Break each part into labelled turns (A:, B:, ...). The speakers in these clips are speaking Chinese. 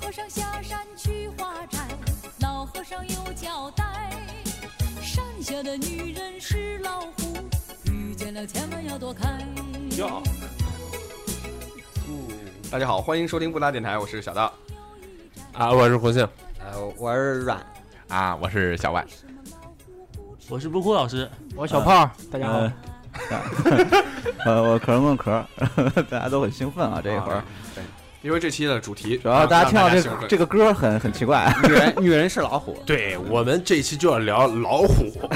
A: 和尚下山去化斋，老和尚有交代：山下的女人是老虎，遇见了千万要躲开。
B: 哟，嗯大家好，欢迎收听布达电台，我是小道。
C: 啊，我是胡杏
D: 呃，我是阮，
C: 啊，我是小万，
E: 我是布库老师，
F: 我小胖，大家好。
G: 呃， 呃，我壳儿梦壳儿，大家都很兴奋啊！这一会儿，
B: 因为这期的主题，
G: 主要大家听到
B: 让
G: 这这个歌儿很很奇怪，
D: 女人 女人是老虎，
C: 对我们这一期就要聊老虎，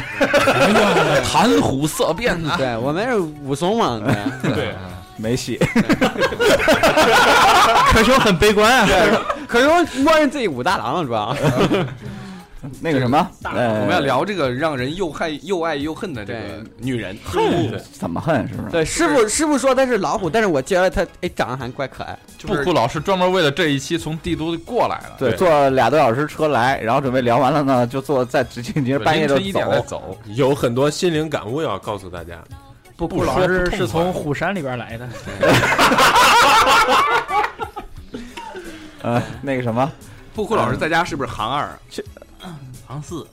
E: 谈虎色变
H: 啊
E: 呐。
D: 对我们是武松嘛，对，
B: 对
C: 啊
G: 没戏。
D: 可兄很悲观啊，可兄默认自己武大郎了，主要
G: 那个什么，
B: 我
G: 呃，
B: 们要聊这个让人又害又爱又恨的这个女人。恨
G: 怎么恨，是不是？
D: 对师傅师傅说他是老虎，但是我觉得他哎长得还怪可爱，
B: 就
H: 布
B: 是
H: 库嗯老师专门为了这一期从帝都过来了，
G: 对，坐俩多小时车来，然后准备聊完了呢，就坐在直接你这
H: 对
G: 半夜
H: 凌
G: 就
H: 晨一点再
G: 走。
H: 走，
C: 有很多心灵感悟要告诉大家。
F: 布布老师是从虎山里边来的，
G: 呃，那个什么，
B: 布库老师在家是不是行二？
E: 唐四，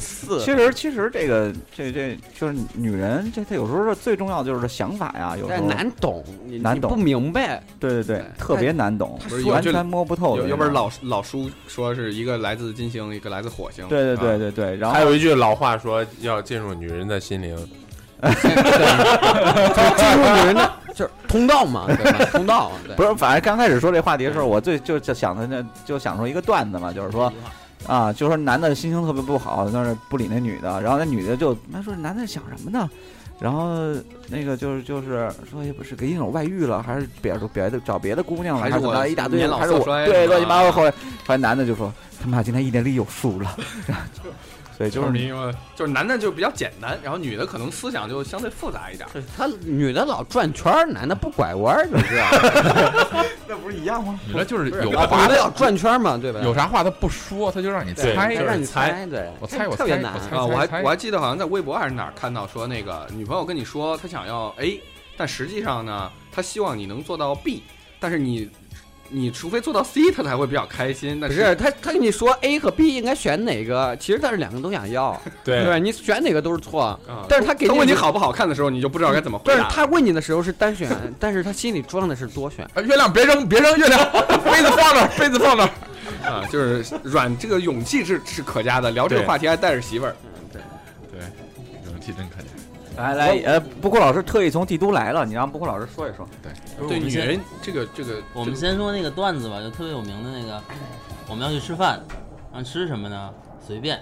D: 四
G: 其实其实这个这这就是女人，这她有时候是最重要的就是想法呀，有时
D: 但嗯
G: 候
D: 难懂，你
G: 难
D: 你
G: 懂
D: 不明白，
G: 对对对
D: 哎，
G: 特别难懂
B: 不是，有
G: 完
B: 句
G: 全摸不透
B: 有
G: 的那种。
B: 有本老老书说是一个来自金星，一个来自火星。
G: 对对对
B: 啊，
G: 对对，然后
C: 还有一句老话说，要进入女人的心灵。
D: 就是进入女人的就是通道 嘛，对吧？通道，对
G: 不是，反正刚开始说这话题的时候，我最就就想的那就想出一个段子嘛，就是说，啊，就说男的心情特别不好，但是不理那女的，然后那女的就那说男的想什么呢？然后那个就是就是说也不是给你有外遇了，还是别的别的找别的姑娘了，
B: 还
G: 还
B: 是
G: 怎么
B: 我
G: 着一大堆
B: 年，老
G: 还是
B: 色
G: 我
B: 衰
G: 对
B: 是吧
G: 乱七八糟。后来后来男的就说他妈今天一年里有数了，所以就
B: 就是是你，就是男的就比较简单，然后女的可能思想就相对复杂一点。
D: 就是 他女的老转圈儿，男的不拐弯儿，你知道 吗？
G: 那不是一样吗？
H: 你说就是有
D: 老女
H: 话
D: 的老转圈儿嘛，对吧？
H: 有啥话他不说，他就让你
C: 对
H: 猜
C: 就
D: 让你
C: 是猜
D: 猜，对，
H: 我猜我猜
D: 特别难
H: 我。猜
B: 啊，我还
H: 猜
B: 我还记得好像在微博还是哪儿看到说那个女朋友跟你说她想要 A，但实际上呢，她希望你能做到 B，但是你你除非做到 C，她才会比较开心。但
D: 不是他，他跟你说 A 和 B 应该选哪个，其实他是两个都想要，对
C: 对，
D: 吧？你选哪个都是错。
B: 啊，
D: 但是他给
B: 她
D: 你
B: 问你，好不好看的时候，你就不知道该怎么回
D: 但是
B: 答。
D: 他问你的时候是单选，但是他心里装的是多 选。
H: 哎月亮别扔别扔月亮， 杯子放那儿 杯子放那儿，
B: 啊，就是软这个勇气是是可嘉的，聊这个
C: 对
B: 话题还带着媳妇儿，
H: 对，勇气真可嘉。
G: 来来，呃，布库老师特意从帝都来了，你让布库老师说一说。
B: 对
E: 我们
B: 女
E: 先
B: 人这个这个，
E: 我们先说那个段子吧，就特别有名的那个，我们要去吃饭，让吃什么呢？随便，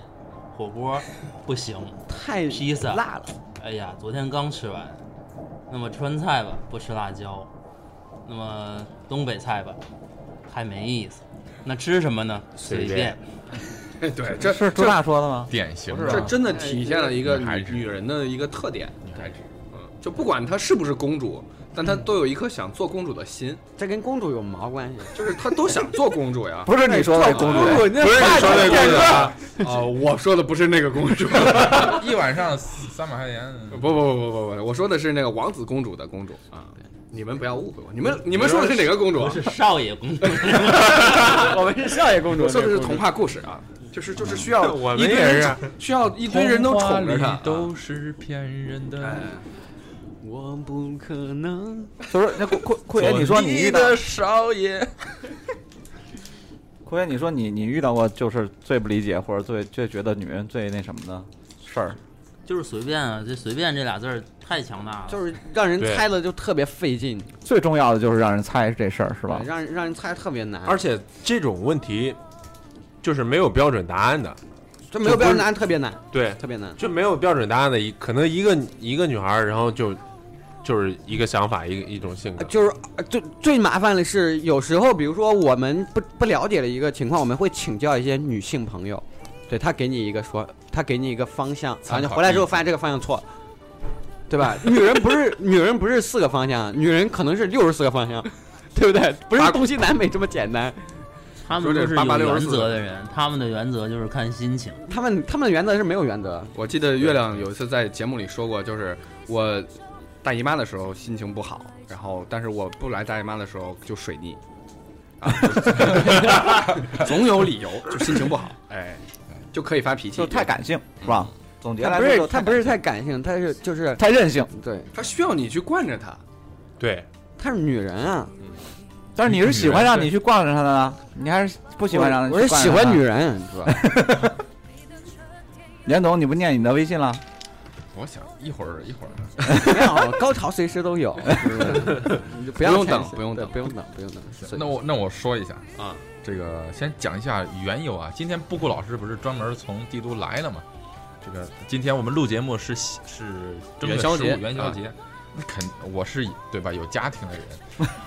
E: 火 锅不行，
D: 太
E: 披萨
D: 辣了，
E: 哎呀，昨天刚吃完。那么川菜吧，不吃辣椒；那么东北菜吧，太没意思。那吃什么呢？随
C: 随
E: 便
C: 便。
B: 这 对这
G: 是朱
B: 这
G: 大说的吗？
H: 典型
G: 不是
B: 这
H: 的，
B: 真的体现了一
E: 哎
B: 个
H: 女孩
B: 女
H: 子
B: 女人的一个特点，
H: 女孩子
B: 嗯，就不管她是不是公主，但
D: 嗯
B: 她都有一颗想做公主的心，
D: 这跟公主有毛关系？
B: 就是她都想做公主 呀。
G: 不是你说的公主，
D: 主，那
C: 不是你说那
D: 电
C: 个
D: 视
C: 啊，
B: 啊、我说的不是那个公主，
H: 一晚上三百块 钱，
B: 不不不不不不，我说的是那个王子公主的公主啊。你们不要误会我，你们你们说的是哪个公主
E: 不
B: 啊？
E: 是少爷公 主，
D: 我们是少爷公主
B: 我说的是童话故事啊，就是就是需要
C: 我
B: 一
C: 们
B: 堆
C: 也
B: 人
C: 是
B: 宠，需要一堆人都宠着她啊。
H: 都是骗人的
B: 哎，
D: 我不可能。
G: 就是那库库库爷，哎你说你遇到
H: 少爷，
G: 库爷，你说你你遇到过就是最不理解或者最最觉得女人最那什么的事儿，
E: 就是随便啊，这随便这俩字儿太强大了。
D: 就是让人
C: 对
D: 猜的就特别费劲，
G: 最重要的就是让人猜这事儿是吧
D: 对？让人让人猜特别难，
C: 而且这种问题就是没有标准答案的，
D: 这没有标准答案特别难，
C: 对，
D: 特别难。
C: 就没有标准答案的一，可能一个一个女孩儿，然后就就是一个想法，一个一种性格，
D: 就是呃最最麻烦的是，有时候比如说我们不不了解的一个情况，我们会请教一些女性朋友，对她给你一个说，她给你一个方向，然后你
H: 参考
D: 回来之后
H: 意见
D: 发现这个方向错，对吧？女人不是女人不是四个方向，女人可能是六十四个方向，对不对？不是东西南北这么简单。
E: 他
B: 说
E: 们
B: 这
E: 都是有
B: 88
E: 原
B: 64
E: 则的人，他们的原则就是看心情。
D: 他们他们的原则是没有原则，
B: 我记得月亮有一次在节目里说过，就是我大姨妈的时候心情不好，然后但是我不来大姨妈的时候就水逆，啊，总有理由，就心情不好，哎，就可以发脾气。
G: 就太感性是吧？总结
D: 他
G: 来
D: 不
G: 说
D: 是
G: 就
D: 他
G: 太
D: 不是太感性，他是就是
G: 太任性，
D: 对，
B: 他需要你去惯着他，
C: 对，
D: 她是女人啊，
G: 但是你是喜欢让你去惯着他的呢，你还是不喜欢让他去
D: 我是
G: 惯
D: 喜
G: 着
D: 欢
G: 他
D: 女。人，是吧？
G: 袁总，你不念你的微信 了？
H: 我想一会儿一会儿，
D: 没 有高潮随时都有，你就不要
B: 不用
D: 担
B: 等
D: 心
B: 不用
D: 对
B: 等
D: 不用等，不用等。是
H: 那我那我说一下
B: 啊，
H: 这个先讲一下缘由啊。今天布谷老师不是专门从帝都来了嘛？这个今天我们录节目是是正月
B: 元宵
H: 十五
B: 节
H: 元宵
D: 啊
H: 节，那肯我是对吧？有家庭的 人，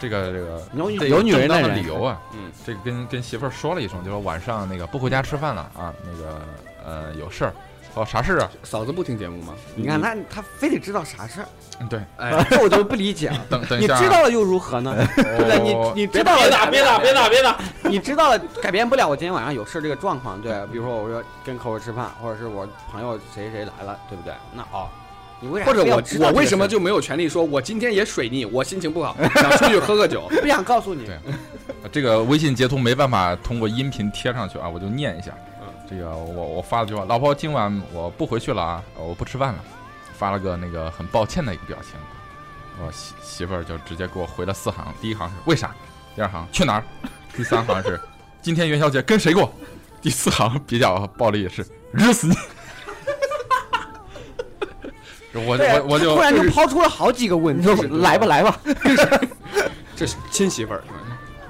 H: 这个这个
D: 有
H: 这
D: 有女人
H: 正当的
D: 人
H: 理由啊，
B: 嗯，
H: 这个跟跟媳妇儿说了一声，就说晚上那个不回家吃饭了啊，那个呃有事儿，哦啥事儿啊？
B: 嫂子不听节目吗？
D: 你看他他非得知道啥事儿，
H: 嗯对，
B: 哎，
D: 这我就不理解了。
H: 等等
D: 你
H: 一下啊，
D: 知道了又如何呢？对不对？
H: 哦
D: 你你知道了
E: 别打，别打，别打，别打！
D: 你知道了，改变不了我今天晚上有事这个状况，对。比如说，我说跟客户吃饭，或者是我朋友谁谁来了，对不对？那哦，你为啥
B: 或者
D: 非要
B: 我
D: 知道
B: 我
D: 这个
B: 为什么
D: 事
B: 就没有权利说，我今天也水逆，我心情不好，想出去喝个酒？
D: 不想告诉你
H: 对？这个微信截图没办法通过音频贴上去啊，我就念一下。这个我我发了句话，老婆，今晚我不回去了啊，我不吃饭了，发了个那个很抱歉的一个表情。我媳媳妇儿就直接给我回了四行，第一行是为啥，第二行去哪儿，第三行是今天元宵节跟谁过，第四行比较暴力是日死你。 我
D: 对啊
H: 我我就
D: 突然就抛出了好几个问
G: 你
D: 题
G: 说，来吧来吧，
B: 这是亲媳妇儿，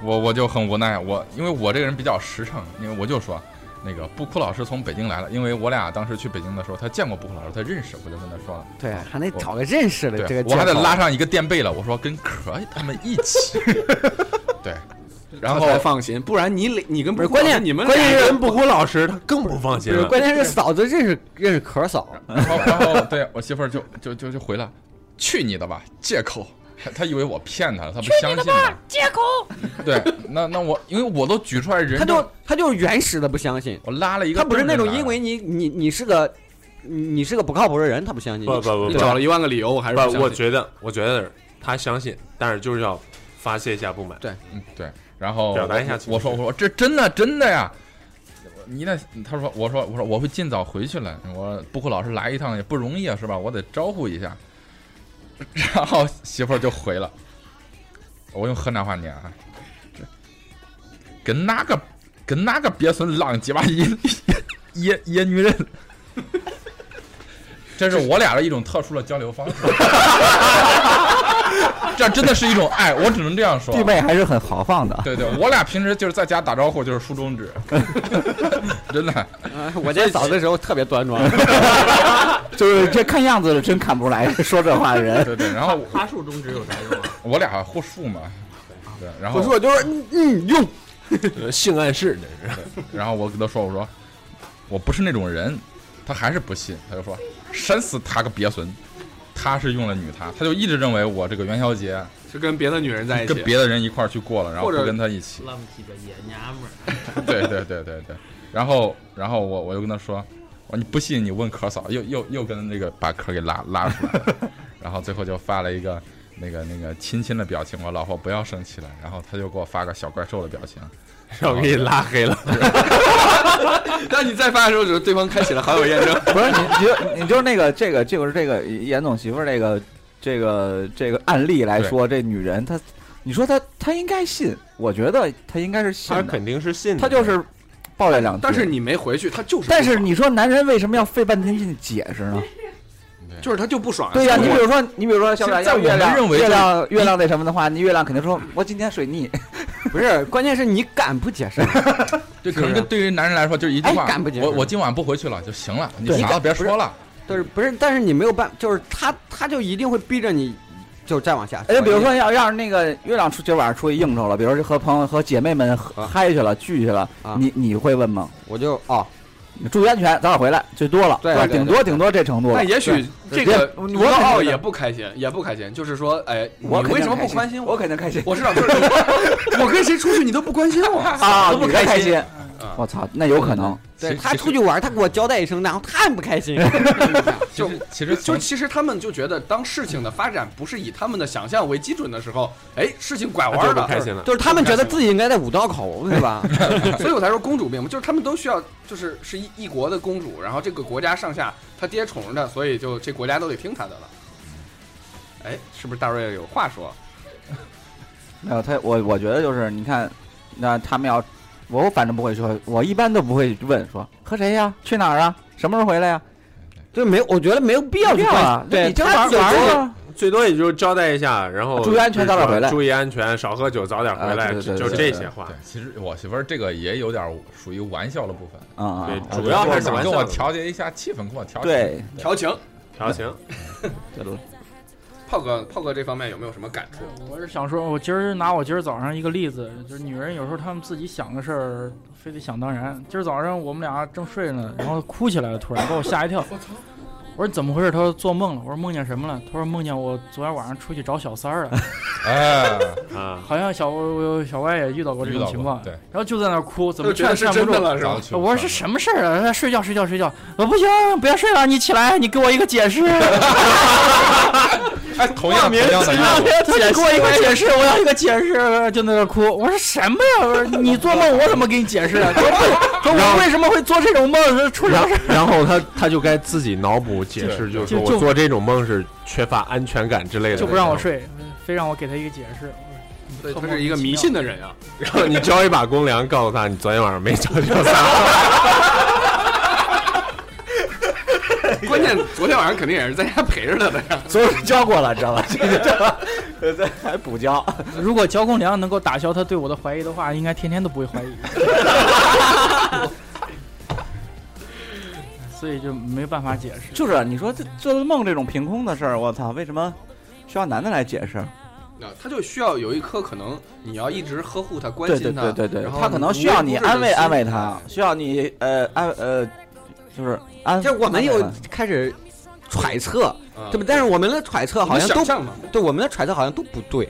H: 我我就很无奈，我因为我这个人比较实诚，因为我就说，那个布库老师从北京来了，因为我俩当时去北京的时候，他见过布库老师，他认识，我就跟他说了，
D: 对，还得找个认识的这
H: 对
D: 个，
H: 我还得
D: 借口
H: 拉上一个垫背了，我说跟壳他们一 起，对，然后
B: 他才放心，不然你你跟
D: 不是关键，
B: 你们
D: 关键
B: 俩
D: 是
C: 跟布谷老师他更不放心
D: 不是
C: 了。
D: 关键是嫂子认识认识壳嫂，
H: 然后然后对我媳妇儿就就就就回了，去你的吧，借口。他他以为我骗他了，他不相信我。
A: 借口。
H: 对，那那我因为我都举出来人，
D: 他就他就是原始的不相信，
H: 我拉了一个
D: 他
H: 正
D: 不
H: 着
D: 是
H: 来
D: 那
H: 的，
D: 种因为你你你是个你你是个不靠谱的人，他不相信你。
C: 不不不
B: 你
C: 不
B: 找了一万个理由，我还是不相
C: 不，
B: 信
C: 我觉得我觉得他相信，但是就是要发泄一下不满。
H: 嗯，对，然后
C: 表达一下
H: 我
C: 情
H: 我
C: 绪
H: 说我说这真的真的呀，你那他说我说我说我会尽早回去了，我布库老师来一趟也不容易啊，是吧？我得招呼一下。 然后媳妇儿就回了，我用河南话念啊，这跟哪个跟哪个鳖孙浪鸡巴野野野女人，这是我俩的一种特殊的交流方式。 这真的是一种爱，我只能这样说。啊
G: 弟妹还是很豪放的。
H: 对对，我俩平时就是在家打招呼就是竖中指， 真的。
D: 啊我见嫂子的时候特别端庄，
G: 就是这看样子真看不出来说这话的人。
H: 对对，然后
E: 他竖中指有啥用啊？
H: 我俩互树嘛，对，然
D: 我
H: 后
D: 说我就是嗯嗯用，
C: 呃性暗示这是，
H: 然后我跟他说，我说我不是那种人，他还是不信，他就说扇死他个鳖孙，他是用了女他，他就一直认为我这个元宵节
B: 是跟别的女人在一起，
H: 跟 别的人一块儿去过了，然后
B: 或者
H: 不跟他一起。
E: 浪鸡巴野娘 们儿！
H: 对对对对对。然后然后我我又跟他说，我说你不信你问壳嫂，又又又跟那个把壳给拉拉出来了，然后最后就发了一个那个那个亲亲的表情，我老婆不要生气了，然后他就给我发个小怪兽的表情，
C: 让我给你拉黑了。
B: 当你再发的时候，就是对方开启了好友 验证。
G: 不是你，你就你就是那个这个就是这个严总媳妇儿这个这个这个案例来说，这女人她，你说她她应该信，我觉得她应该是信 的，
C: 他肯定是信的，
G: 她就是抱怨两句。
B: 但是你没回去，他就是不爽，
G: 但是你说男人为什么要费半天劲解释呢？
B: 就是他就不爽。
G: 对呀、
B: 所
G: 你
B: 以
G: 比
B: 我
G: 如说，你比如说像
H: 其实在我
G: 月
H: 们
G: 亮
H: 认为
G: 月
H: 这
G: 亮月亮那什么的话，你月亮肯定说，我今天水逆，
D: 不是，关键是你敢不解释？
H: 对，可能
C: 啊
H: 跟对于男人来说就是一句话
D: 哎干不解，释
H: 我我今晚不回去了就行了，你
D: 对
H: 啥都别说了，
D: 就是不是？但是你没有办，就是他他就一定会逼着你，就再往下说。
G: 哎，比如说要要是那个月亮出今儿晚上出去应酬了，比如说和朋友和姐妹们喝嗨去了聚去了，
D: 啊
G: 你你会问吗？
D: 我就哦，
G: 你注意安全，早点回来，最多了，
D: 对
G: 吧
D: 对对
G: 顶多顶多这程度了
B: 但。也许这个
G: 对
B: 吴老
G: 我
B: 奥
G: 肯定
B: 也不开心，也不开心。就是说，哎，你
G: 我肯定
B: 为什么不
G: 开心
B: 关心
G: 我
B: 我？
G: 肯定开心
B: 我知道，就是 你我跟谁出去你都不关心我，
G: 啊，
B: 都不
G: 你开
B: 开心。
D: 嗯
G: 我操，那有可能，
D: 对
H: 其实
D: 他出去玩，他给我交代一声，然后他很不开心。
H: 其实其实
B: 就
H: 从
B: 其实他们就觉得，当事情的发展不是以他们的想象为基准的时候，哎，事情拐
H: 啊
B: 弯
C: 就
B: 了
C: 不，开心了。
D: 就是他们觉得自己应该在五道口，对吧？
B: 啊所以我才说公主病嘛，就是他们都需要，就是是一一国的公主，然后这个国家上下他爹宠着她，所以就这国家都得听她的了。哎，是不是大瑞有话说？
G: 没有他，我我觉得就是你看，那他们要我反正不会说，我一般都不会问说和谁呀，去哪儿啊，什么时候回来呀，
D: 对，没有，我觉得没有必要
G: 不
D: 去
G: 要
D: 关心。
G: 啊，
D: 对
G: 你就
D: 他
G: 玩
D: 有
G: 玩
D: 这
G: 儿
D: 个
G: 啊，
C: 最多也就是交代一下，然后
G: 注意安全
C: 就
G: 早
C: 是说
G: 点回来
C: 注意安全，少喝酒，早点回
G: 啊
C: 来，
G: 对对对
C: 就
G: 对
C: 这
G: 对
C: 些话
H: 对。，其实我媳妇儿这个也有点属于玩笑的部分，
G: 啊啊
C: 对，
G: 啊
C: 主要还
H: 她
C: 是
H: 想
C: 玩
H: 跟
C: 笑
H: 我
C: 的
H: 调节一下气氛，跟我调
G: 对
B: 调情，
C: 调情，
G: 对对
B: 炮哥，炮哥这方面有没有什么感触？
F: 我是想说，我今儿拿我今儿早上一个例子，就是女人有时候她们自己想的事儿，非得想当然。今儿早上我们俩正睡着呢，然后哭起来了，突然把我吓一跳。我说怎么回事？她说做梦了。我说梦见什么了？她说梦见我昨天晚上出去找小三儿了。
H: 哎，
C: 啊，
F: 好像小我小歪也遇到过这
H: 遇
F: 种
H: 到
F: 情
H: 过
F: 况，，
H: 对，
F: 然后就在那儿哭，怎
B: 就
F: 么
B: 觉得是
F: 劝劝不
B: 真
F: 住
B: 的。了是
H: 早
B: 吧？
H: 起
F: 我说是什么事儿啊？睡觉睡觉睡觉！我不行，不要睡了，你起来，你给我一个解释，
H: 哎，同样同
F: 你
H: 样的意思，
F: 给我一个解释，我要一个解释，就那个哭。我说什么呀？我说你做梦，我怎么给你解释啊？说不说我为什么会做这种梦？出
C: 然后
F: 啥事儿？
C: 然后他他就该自己脑补解释，就是说
F: 就就
C: 我做这种梦是缺乏安全感之类的，
F: 就不让我。睡，非让我给他一个解释。
B: 对，他是一个迷信的 人啊。
C: 然后 你交一把公粮，告诉他你昨天晚上没找小三，
B: 关键昨天晚上肯定也是在家陪着他的 呀。
G: 所以我教过了，啊知道吧？ 这个呃这还补教，
F: 如果交公粮能够打消他对我的怀疑的话，应该天天都不会怀疑。 所以就没办法解释。
G: 就是啊你说这做梦这种凭空的事儿，我操，为什么需要男的来解释？
B: 那他就需要有一颗可能你要一直呵护他、关
G: 对对
B: 心他，
G: 对对对
B: 然，后
G: 他可能需
B: 无
G: 要
B: 微
G: 你
B: 不至地
G: 安慰
B: 心
G: 安慰他，需要你呃安呃，就是安。
D: 这我们
G: 安慰
D: 又
G: 他
D: 开始揣测，
B: 嗯
D: 对不？但是我们的揣测好像
B: 我们想
D: 都
B: 象嘛，
D: 对，我们的揣测好像都不对，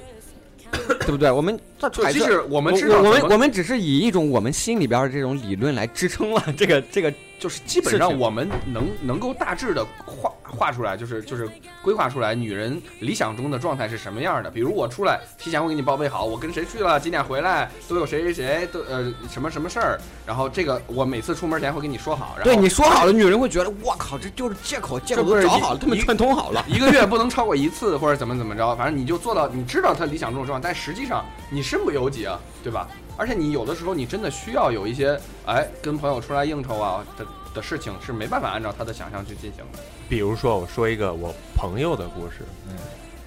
D: 对不对？我们在
B: 就
D: 揣
B: 即
D: 测。
B: 使我
D: 我
B: 们知道
D: 我我
B: 怎
D: 们
B: 么
D: 我们只是以一种我们心里边的这种理论来支撑了这个这个
B: 就是基本上我们能能够大致的画画出来，就是就是规划出来女人理想中的状态是什么样的。比如我出来提前会给你报备好，我跟谁去了，几点回来，都有谁谁谁，都呃什么什么事儿。然后这个我每次出门前会跟你说好。然后
D: 对你说好了，女人会觉得我靠，这就是借口，借口
B: 这不
D: 都
B: 是
D: 找
B: 一
D: 好了，他们
B: 一
D: 串通好了。
B: 一个月不能超过一次，或者怎么怎么着，反正你就做到，你知道他理想中的状态，但实际上你身不由己啊，对吧？而且你有的时候你真的需要有一些，哎，跟朋友出来应酬啊的的事情是没办法按照他的想象去进行的。
C: 比如说，我说一个我朋友的故事，
H: 嗯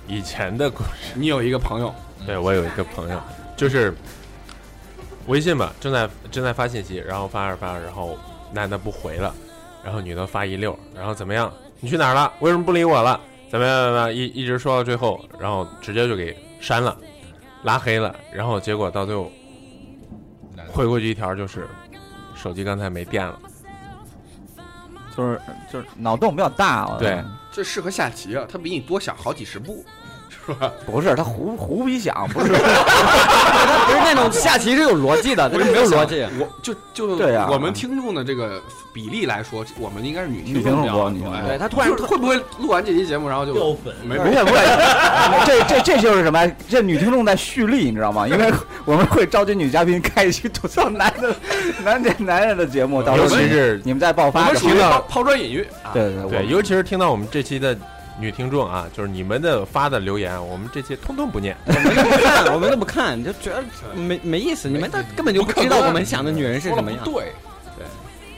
C: 以前的故事。
B: 你有一个朋友，
C: 对我有一个朋友，就是微信吧，正在正在发信息，然后发着发着，然后男的不回了，然后女的发一溜，然后怎么样？你去哪儿了？为什么不理我了？怎么样？怎么样？一一直说到最后，然后直接就给删了，拉黑了，然后结果到最后回过去一条就是手机刚才没电了，
G: 就是就是脑洞比较大，啊嗯我
C: 对，
B: 这适合下棋啊，他比你多想好几十步，是吧？
G: 不是他胡胡逼想， 不是
D: 不是那种下棋是有逻辑的，但是没有逻辑。
B: 我就就
G: 对啊
B: 我们听众的这个比例来说，我们应该是女
G: 女
B: 听
G: 听众
B: 众比较
G: 多女听众
B: 哎
D: 对他突然
B: 就是会不会录完这期节目，然后就
E: 掉粉。
B: 没
G: 不是不是， 这这这就是什么？这女听众在蓄力，你知道吗？因为我们会召集女嘉宾开一期吐槽男的男的男人的节目，到时
C: 尤
G: 候
C: 其
G: 你
C: 是
G: 你们再爆
B: 我
G: 发
B: 们
G: 就
B: 属
G: 好
B: 于
G: 了。
B: 抛抛砖引玉啊。
G: 对对
C: 对，
G: 对，
C: 尤其是听到我们这期的女听众啊，就是你们的发的留言，我们这期通通不念。
D: 我们都不看，我们都不看，就觉得没没意思。你们都根本就不知道我们想的女人是什么样，
B: 对，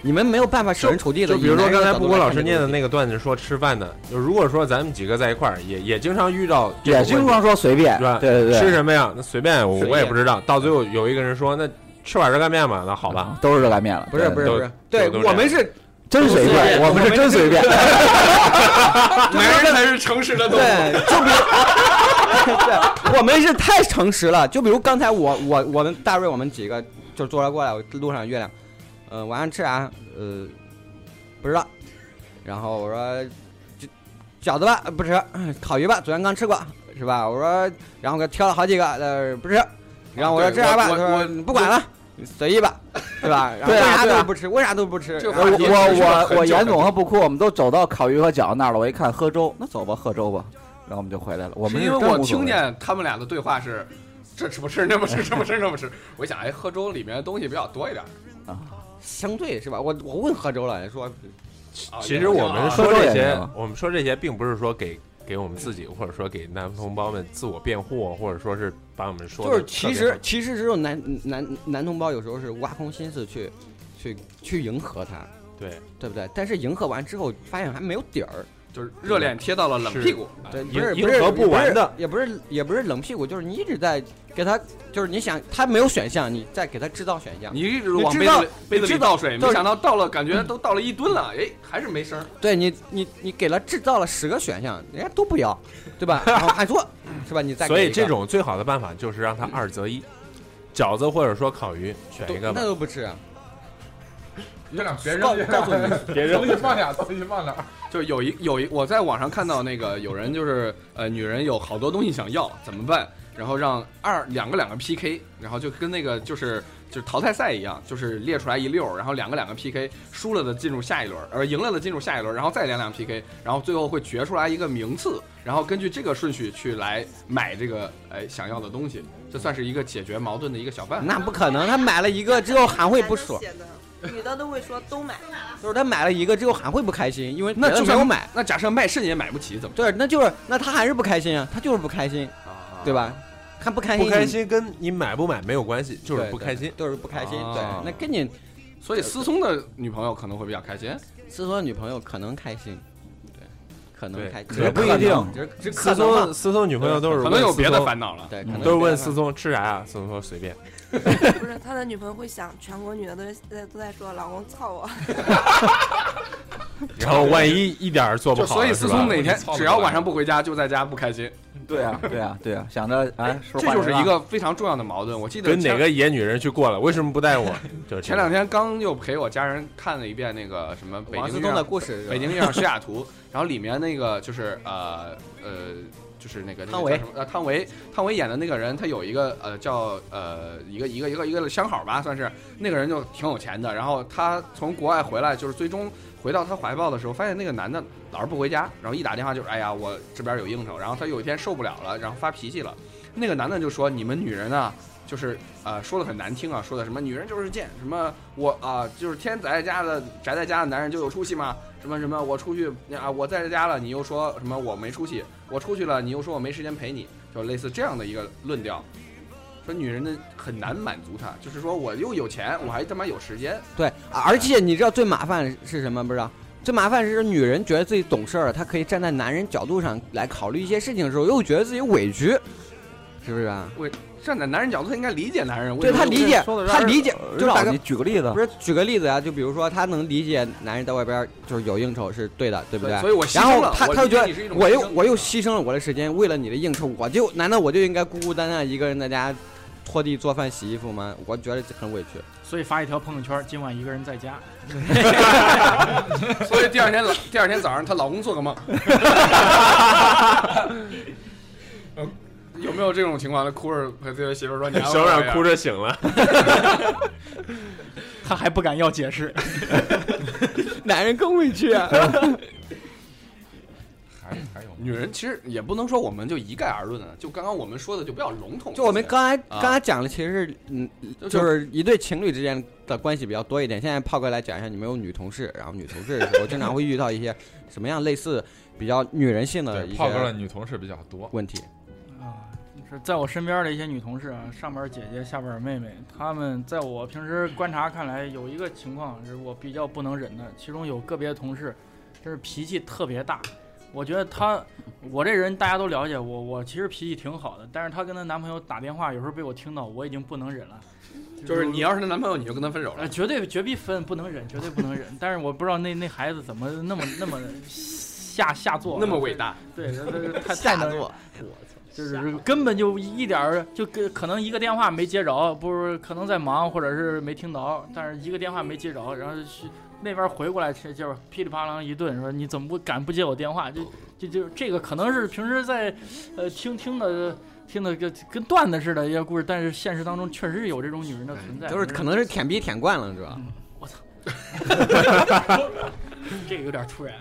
D: 你们没有办法设身处地的。
C: 就比如说刚才布谷老师念的，那个段子，说吃饭的，就如果说咱们几个在一块儿，也也经常遇到这种
G: 也
C: 问题，
G: 经常说随便，
C: 是吧？
G: 对对对，
C: 吃什么呀？那随便，我
B: 随便
C: 我也不知道。到最后有一个人说，那吃碗热干面吧，那好吧。
G: 都是热干面了，
D: 不是不是
C: 都
D: 不是，
C: 都
D: 对
C: 都这样
D: 我们是
G: 真随
D: 都随
G: 便，
D: 便
G: 我们是真随便，
B: 男人才是诚实的动 物。
D: 对，就比如 对，我们是太诚实了。就比如刚才我我我们大瑞我们几个就坐来过来，我路上月亮，呃，晚上吃啥？呃，不知道。然后我说就饺子吧，呃不吃； 烤鱼吧，昨天刚吃过，是吧？我说，然后给挑了好几个，呃，不吃。然后我说
B: 啊对
D: 这样吧，
B: 我
D: 他
B: 我
D: 说
B: 我
D: 你不管了，随意吧。对吧？然后
G: 对
D: 为
G: 啊
D: 啥
G: 对啊
D: 都不吃？为啥都不吃？
B: 这
D: 然
G: 我
D: 后
B: 话题持续了
G: 我
B: 很
G: 我
B: 久
G: 我严
B: 很
G: 总
B: 久
G: 和布库，我们都走到烤鱼和饺子那儿了。我一看喝粥，那走吧，喝粥吧。然后我们就回来了。 我
B: 是
G: 们
B: 因为
G: 真
B: 我
G: 无所
B: 听
G: 谓
B: 见他们俩的对话是，这吃不吃，那不吃，这不吃，那不吃。我一想，哎，喝粥里面的东西比较多一点。
D: 相对是吧？我我问喝粥了，说
B: 啊
C: 其实我们
G: 说
C: 说
G: 这
C: 这
G: 些
C: 些，我们说这些，并不是说给给我们自己，或者说给男同胞们自我辩护，啊或者说是把我们说
D: 就
C: 得
D: 是其
C: 特别
D: 实其实只有男男男同胞有时候是挖空心思去去去迎合他，
C: 对
D: 对不对？但是迎合完之后发现还没有底儿，
B: 就是热脸贴到了冷屁股，
D: 对，不
C: 啊迎
D: 是
C: 迎
D: 不是
C: 合不完的，
D: 也不是也不是也不是冷屁股，就是你一直在给他，就是你想他没有选项，你在给他制造选项。
B: 啊你一直往杯
D: 知道
B: 子里杯子
D: 你
B: 里
D: 知道
B: 倒水，没
D: 就是
B: 想到倒了，感觉都倒了一吨了，哎，还是没声儿。
D: 对你你你给了制造了十个选项，人家都不要，对吧？然后还说是吧？你再
C: 所
D: 给一
C: 以
D: 个
C: 这种最好的办法就是让他二择一，饺子或者说烤鱼，选
D: 都
C: 一个吧
D: 那。都不吃啊，
H: 月亮别
D: 告
H: 扔，
D: 告诉你，
H: 别扔，东西放点，东西放点。
B: 就有一有一，我在网上看到那个有人就是呃，女人有好多东西想要，怎么办？然后让二两个两个 PK，然后就跟那个就是就是淘汰赛一样，就是列出来一溜儿，然后两个两个 PK，输了的进入下一轮，呃，赢了的进入下一轮，然后再两两 PK，然后最后会决出来一个名次，然后根据这个顺序去来买这个哎想要的东西，这算是一个解决矛盾的一个小 办法。
D: 那不可能。他买了一个之后还会不爽，
I: 男的写的女的都会说都买，
D: 就是他买了一个之后还会不开心，因为
B: 那
D: 别的
B: 就
D: 没
B: 算
D: 有买。
B: 那假设卖肾也买不起怎么
D: 对，那就是那他还是不开心啊，他就是不开心，
B: 啊？
D: 对吧？他不开心，
C: 不开心跟你买不买没有关系，就是不开心。
D: 就是不开心。
B: 啊
D: 对，那跟你
B: 所以思聪的女朋友可能会比较开心。
D: 思聪的女朋友可能开心，对，可能
C: 对
D: 开，
G: 也不一定，
D: 只只可
C: 思
D: 能
C: 聪
D: 嘛，
C: 思聪女朋友都是
B: 可能有
C: 问思
B: 别的
C: 聪
B: 烦恼了。
D: 对，可能
C: 都是问
D: 思
C: 思聪吃啥啊？思聪说随便。
I: 不是他的女朋友会想，全国女的都在都在说老公操我，
C: 然后万一一点儿做不
B: 就
C: 好，
B: 所以
C: 是
B: 思
C: 吧
B: 聪哪天
H: 操不
B: 只要
H: 过来
B: 晚上不回家，就在家不开心，
G: 对啊，对啊，对啊，想着哎，是不
B: 这
G: 换
B: 就是
G: 人了
B: 一个非常重要的矛盾。我记得
C: 跟
B: 前
C: 哪个野女人去过了，为什么不带 我？就是
B: 前两天刚又陪我家人看了一遍那个什么北
D: 王思
B: 京
D: 聪
C: 啊
D: 的
B: 遇
D: 故事，
B: 北京遇上西雅图，然后里面那个就是呃呃。就是那个那
D: 汤
B: 个
D: 唯
B: 叫什么呃，汤唯，汤唯演的那个人，他有一个呃叫呃一个一个一个一个相好吧，算是那个人就挺有钱的。然后他从国外回来，就是最终回到他怀抱的时候，发现那个男的老是不回家，然后一打电话就是哎呀我这边有应酬，然后他有一天受不了了，然后发脾气了。那个男的就说你们女人啊，就是呃说的很难听啊，说的什么女人就是贱，什么我啊、就是天天宅在家的宅在家的男人就有出息吗？什么什么我出去啊我在家了，你又说什么我没出息，我出去了你又说我没时间陪你，就类似这样的一个论调。说女人的很难满足她，就是说我又有钱，我还他妈有时间，
D: 对，啊而且你知道最麻烦是什么？不知道。最麻烦是女人觉得自己懂事儿了，她可以站在男人角度上来考虑一些事情的时候，又觉得自己委屈，是不是啊？
B: 站在男人角度，他应该理解男人。
D: 对
B: 为什么
D: 他理解
F: 说得，让
D: 他
F: 人
D: 理解，就是大哥
G: 绕你举个例子
D: 不，是举个例子啊，就比如说他能理解男人在外边儿就是有应酬是对的，对不对？
B: 所以我牺
D: 然
B: 牲
D: 后
B: 了
D: 他
B: 我
D: 他就
B: 理
D: 觉
B: 解你是一
D: 得
B: 种
D: 我又
B: 牺牲
D: 我又牺牲了我的时间，为了你的应酬，我就难道我就应该孤孤单单一个人在家拖地做饭洗衣服吗？我觉得这很委屈。
F: 所以发一条朋友圈，今晚一个人在家。
B: 所以第二天早第二天早上，她老公做个梦。 呃有没有这种情况？她哭着和自己的媳妇儿说：“你爱我
C: 小
B: 呀
C: 冉哭着醒了，
F: 他还不敢要解释，
D: 男人更委屈啊！
H: 还还有吗
B: 女人其实也不能说我们就一概而论啊，就刚刚我们说的就比较笼统 一些。
D: 就我们刚才
B: 啊
D: 刚才讲的，其实是嗯， 就是一对情侣之间的关系比较多一点。现在炮哥来讲一下，你们有女同事，然后女同事的时候经常会遇到一 些什么样类似比较女人性
B: 呃
D: 的
H: 对，
D: 一
H: 炮哥的
D: 些
H: 女同事比较多，
D: 问题。
F: 啊，是在我身边的一些女同事啊，上边儿姐姐，下边儿妹妹，她们在我平时观察看来，有一个情况是我比较不能忍的，其中有个别同事，就是脾气特别大。我觉得她，我这人大家都了解我，我其实脾气挺好的，但是她跟她男朋友打电话，有时候被我听到，我已经不能忍了。
B: 就是你要是她男朋友，你就跟她分手
F: 呃，
B: 了。
F: 绝对绝必分，不能忍，绝对不能忍。但是我不知道那那孩子怎么那么那么下下作，
B: 那么伟大，
F: 对，这这太太能忍
D: 作，
F: 就是根本就一点儿就跟可能一个电话没接着，不是可能在忙或者是没听着，但是一个电话没接着，然后是那边回过来是就是噼里啪啦一顿说你怎么不敢不接我电话？就就就这个可能是平时在呃听听的听的跟跟段子似的一些故事，但是现实当中确实有这种女人的存在，
D: 哎就是可能是舔逼舔惯了，
B: 嗯
D: 主要。
F: 这个有点突然，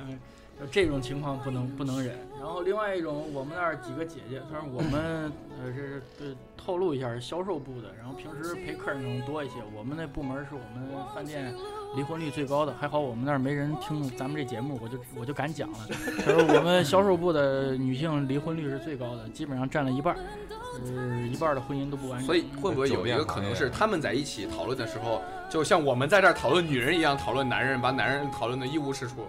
F: 就这种情况不能不能忍。然后另外一种，我们那儿几个姐姐，她说我们呃这是呃透露一下是销售部的，然后平时陪客人更多一些。我们那部门是我们饭店离婚率最高的，还好我们那儿没人听咱们这节目，我就我就敢讲了。她说我们销售部的女性离婚率是最高的，基本上占了一半儿，呃一半儿的婚姻都不完整。
B: 所以会不会有一个可能是他们在一起讨论的时候，就像我们在这儿讨论女人一样讨论男人，把男人讨论的一无是处？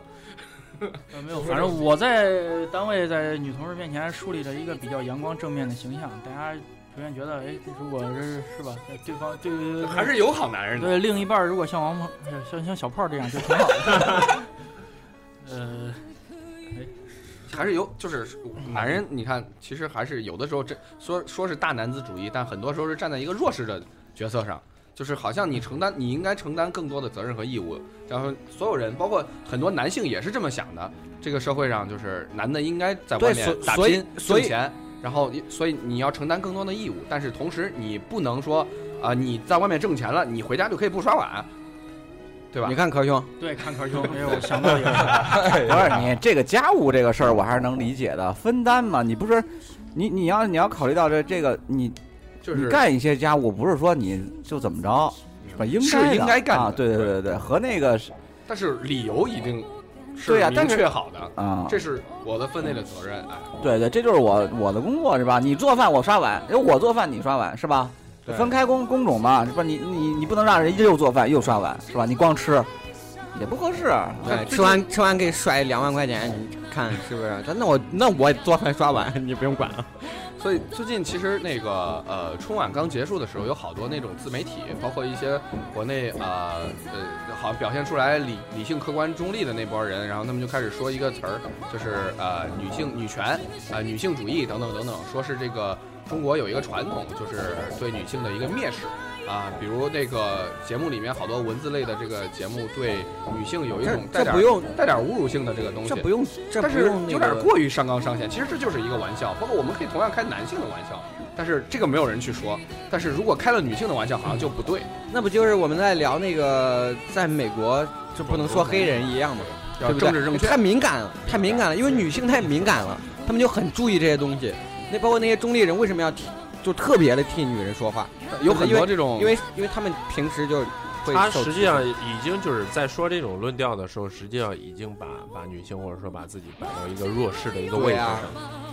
F: 呃，没有，反正我在单位在女同事面前树立了一个比较阳光正面的形象，大家普遍觉得，哎，如果是是吧，在对方对
B: 还是有好男人的。
F: 对另一半如果像王鹏呃像像小炮这样就挺好的。 呃，
B: 还是有，就是男人，你看，其实还是有的时候这说说是大男子主义，但很多时候是站在一个弱势的角色上，就是好像你承担，你应该承担更多的责任和义务。然后所有人，包括很多男性也是这么想的。这个社会上，就是男的应该在外
D: 对
B: 面
D: 所
B: 打
D: 所以
B: 拼
D: 所以
B: 挣钱，然后所以你要承担更多的义务，但是同时你不能说啊、你在外面挣钱了，你回家就可以不刷碗，对吧
D: 你？看壳兄，
F: 对，看壳 兄，哎呦，我想到也是，
G: 不是你这个家务这个事儿，我还是能理解的，分担嘛。你不是，你你要你要考虑到这这个，你
B: 就
G: 你
B: 是
G: 干一些家务，不是说你就怎么着，是吧？应
B: 是
G: 该的
B: 应该干的
G: 啊，对对对对对，和那个是
B: 但是理由一定是
G: 对呀
B: 明
G: 但是
B: 确好的，
G: 啊，
B: 这是我的分内的责任。哎，
G: 对对，这就是我我的工作是吧？你做饭我刷碗，因为我做饭你刷碗是吧？
D: 对
G: 分开工工种嘛，是吧？你你你不能让人又做饭又刷碗是吧？你光吃也不合适。啊
D: 对，哎吃完吃完给甩两万块钱，你看是不是？那我那我做饭刷碗，你不用管了。
B: 所以最近其实那个呃春晚刚结束的时候，有好多那种自媒体，包括一些国内呃呃，好像表现出来理理性、客观、中立的那波人，然后他们就开始说一个词儿，就是呃女性、女权、呃女性主义等等等等，说是这个中国有一个传统，就是对女性的一个蔑视。啊，比如那个节目里面好多文字类的这个节目，对女性有一种嗯带
D: 这
B: 点
D: 不用
B: 带点侮辱性的这个东西，
D: 这不用，这
B: 但
D: 不
B: 是
D: 用那
B: 有点
D: 个
B: 过于上纲上线。其实这就是一个玩笑，包括我们可以同样开男性的玩笑，但是这个没有人去说。但是如果开了女性的玩笑，好像就不对，
D: 那不就是我们在聊那个在美国就不能说黑人一样吗？
B: 要
D: 对不对
B: 政治正确
D: 太。敏感了，太敏感了，因为女性太敏感了，她们就很注意这些东西。那包括那些中立人为什么要替，就特别的替女人说话，
B: 有很
D: 因
B: 多
D: 为
B: 这种，
D: 因为因为他们平时就 会
C: 他
D: 受
C: 实际上已经就是在说这种论调的时候，实际上已经把把女性或者说把自己摆到一个弱势的一个位
D: 对
C: 置上
D: 啊，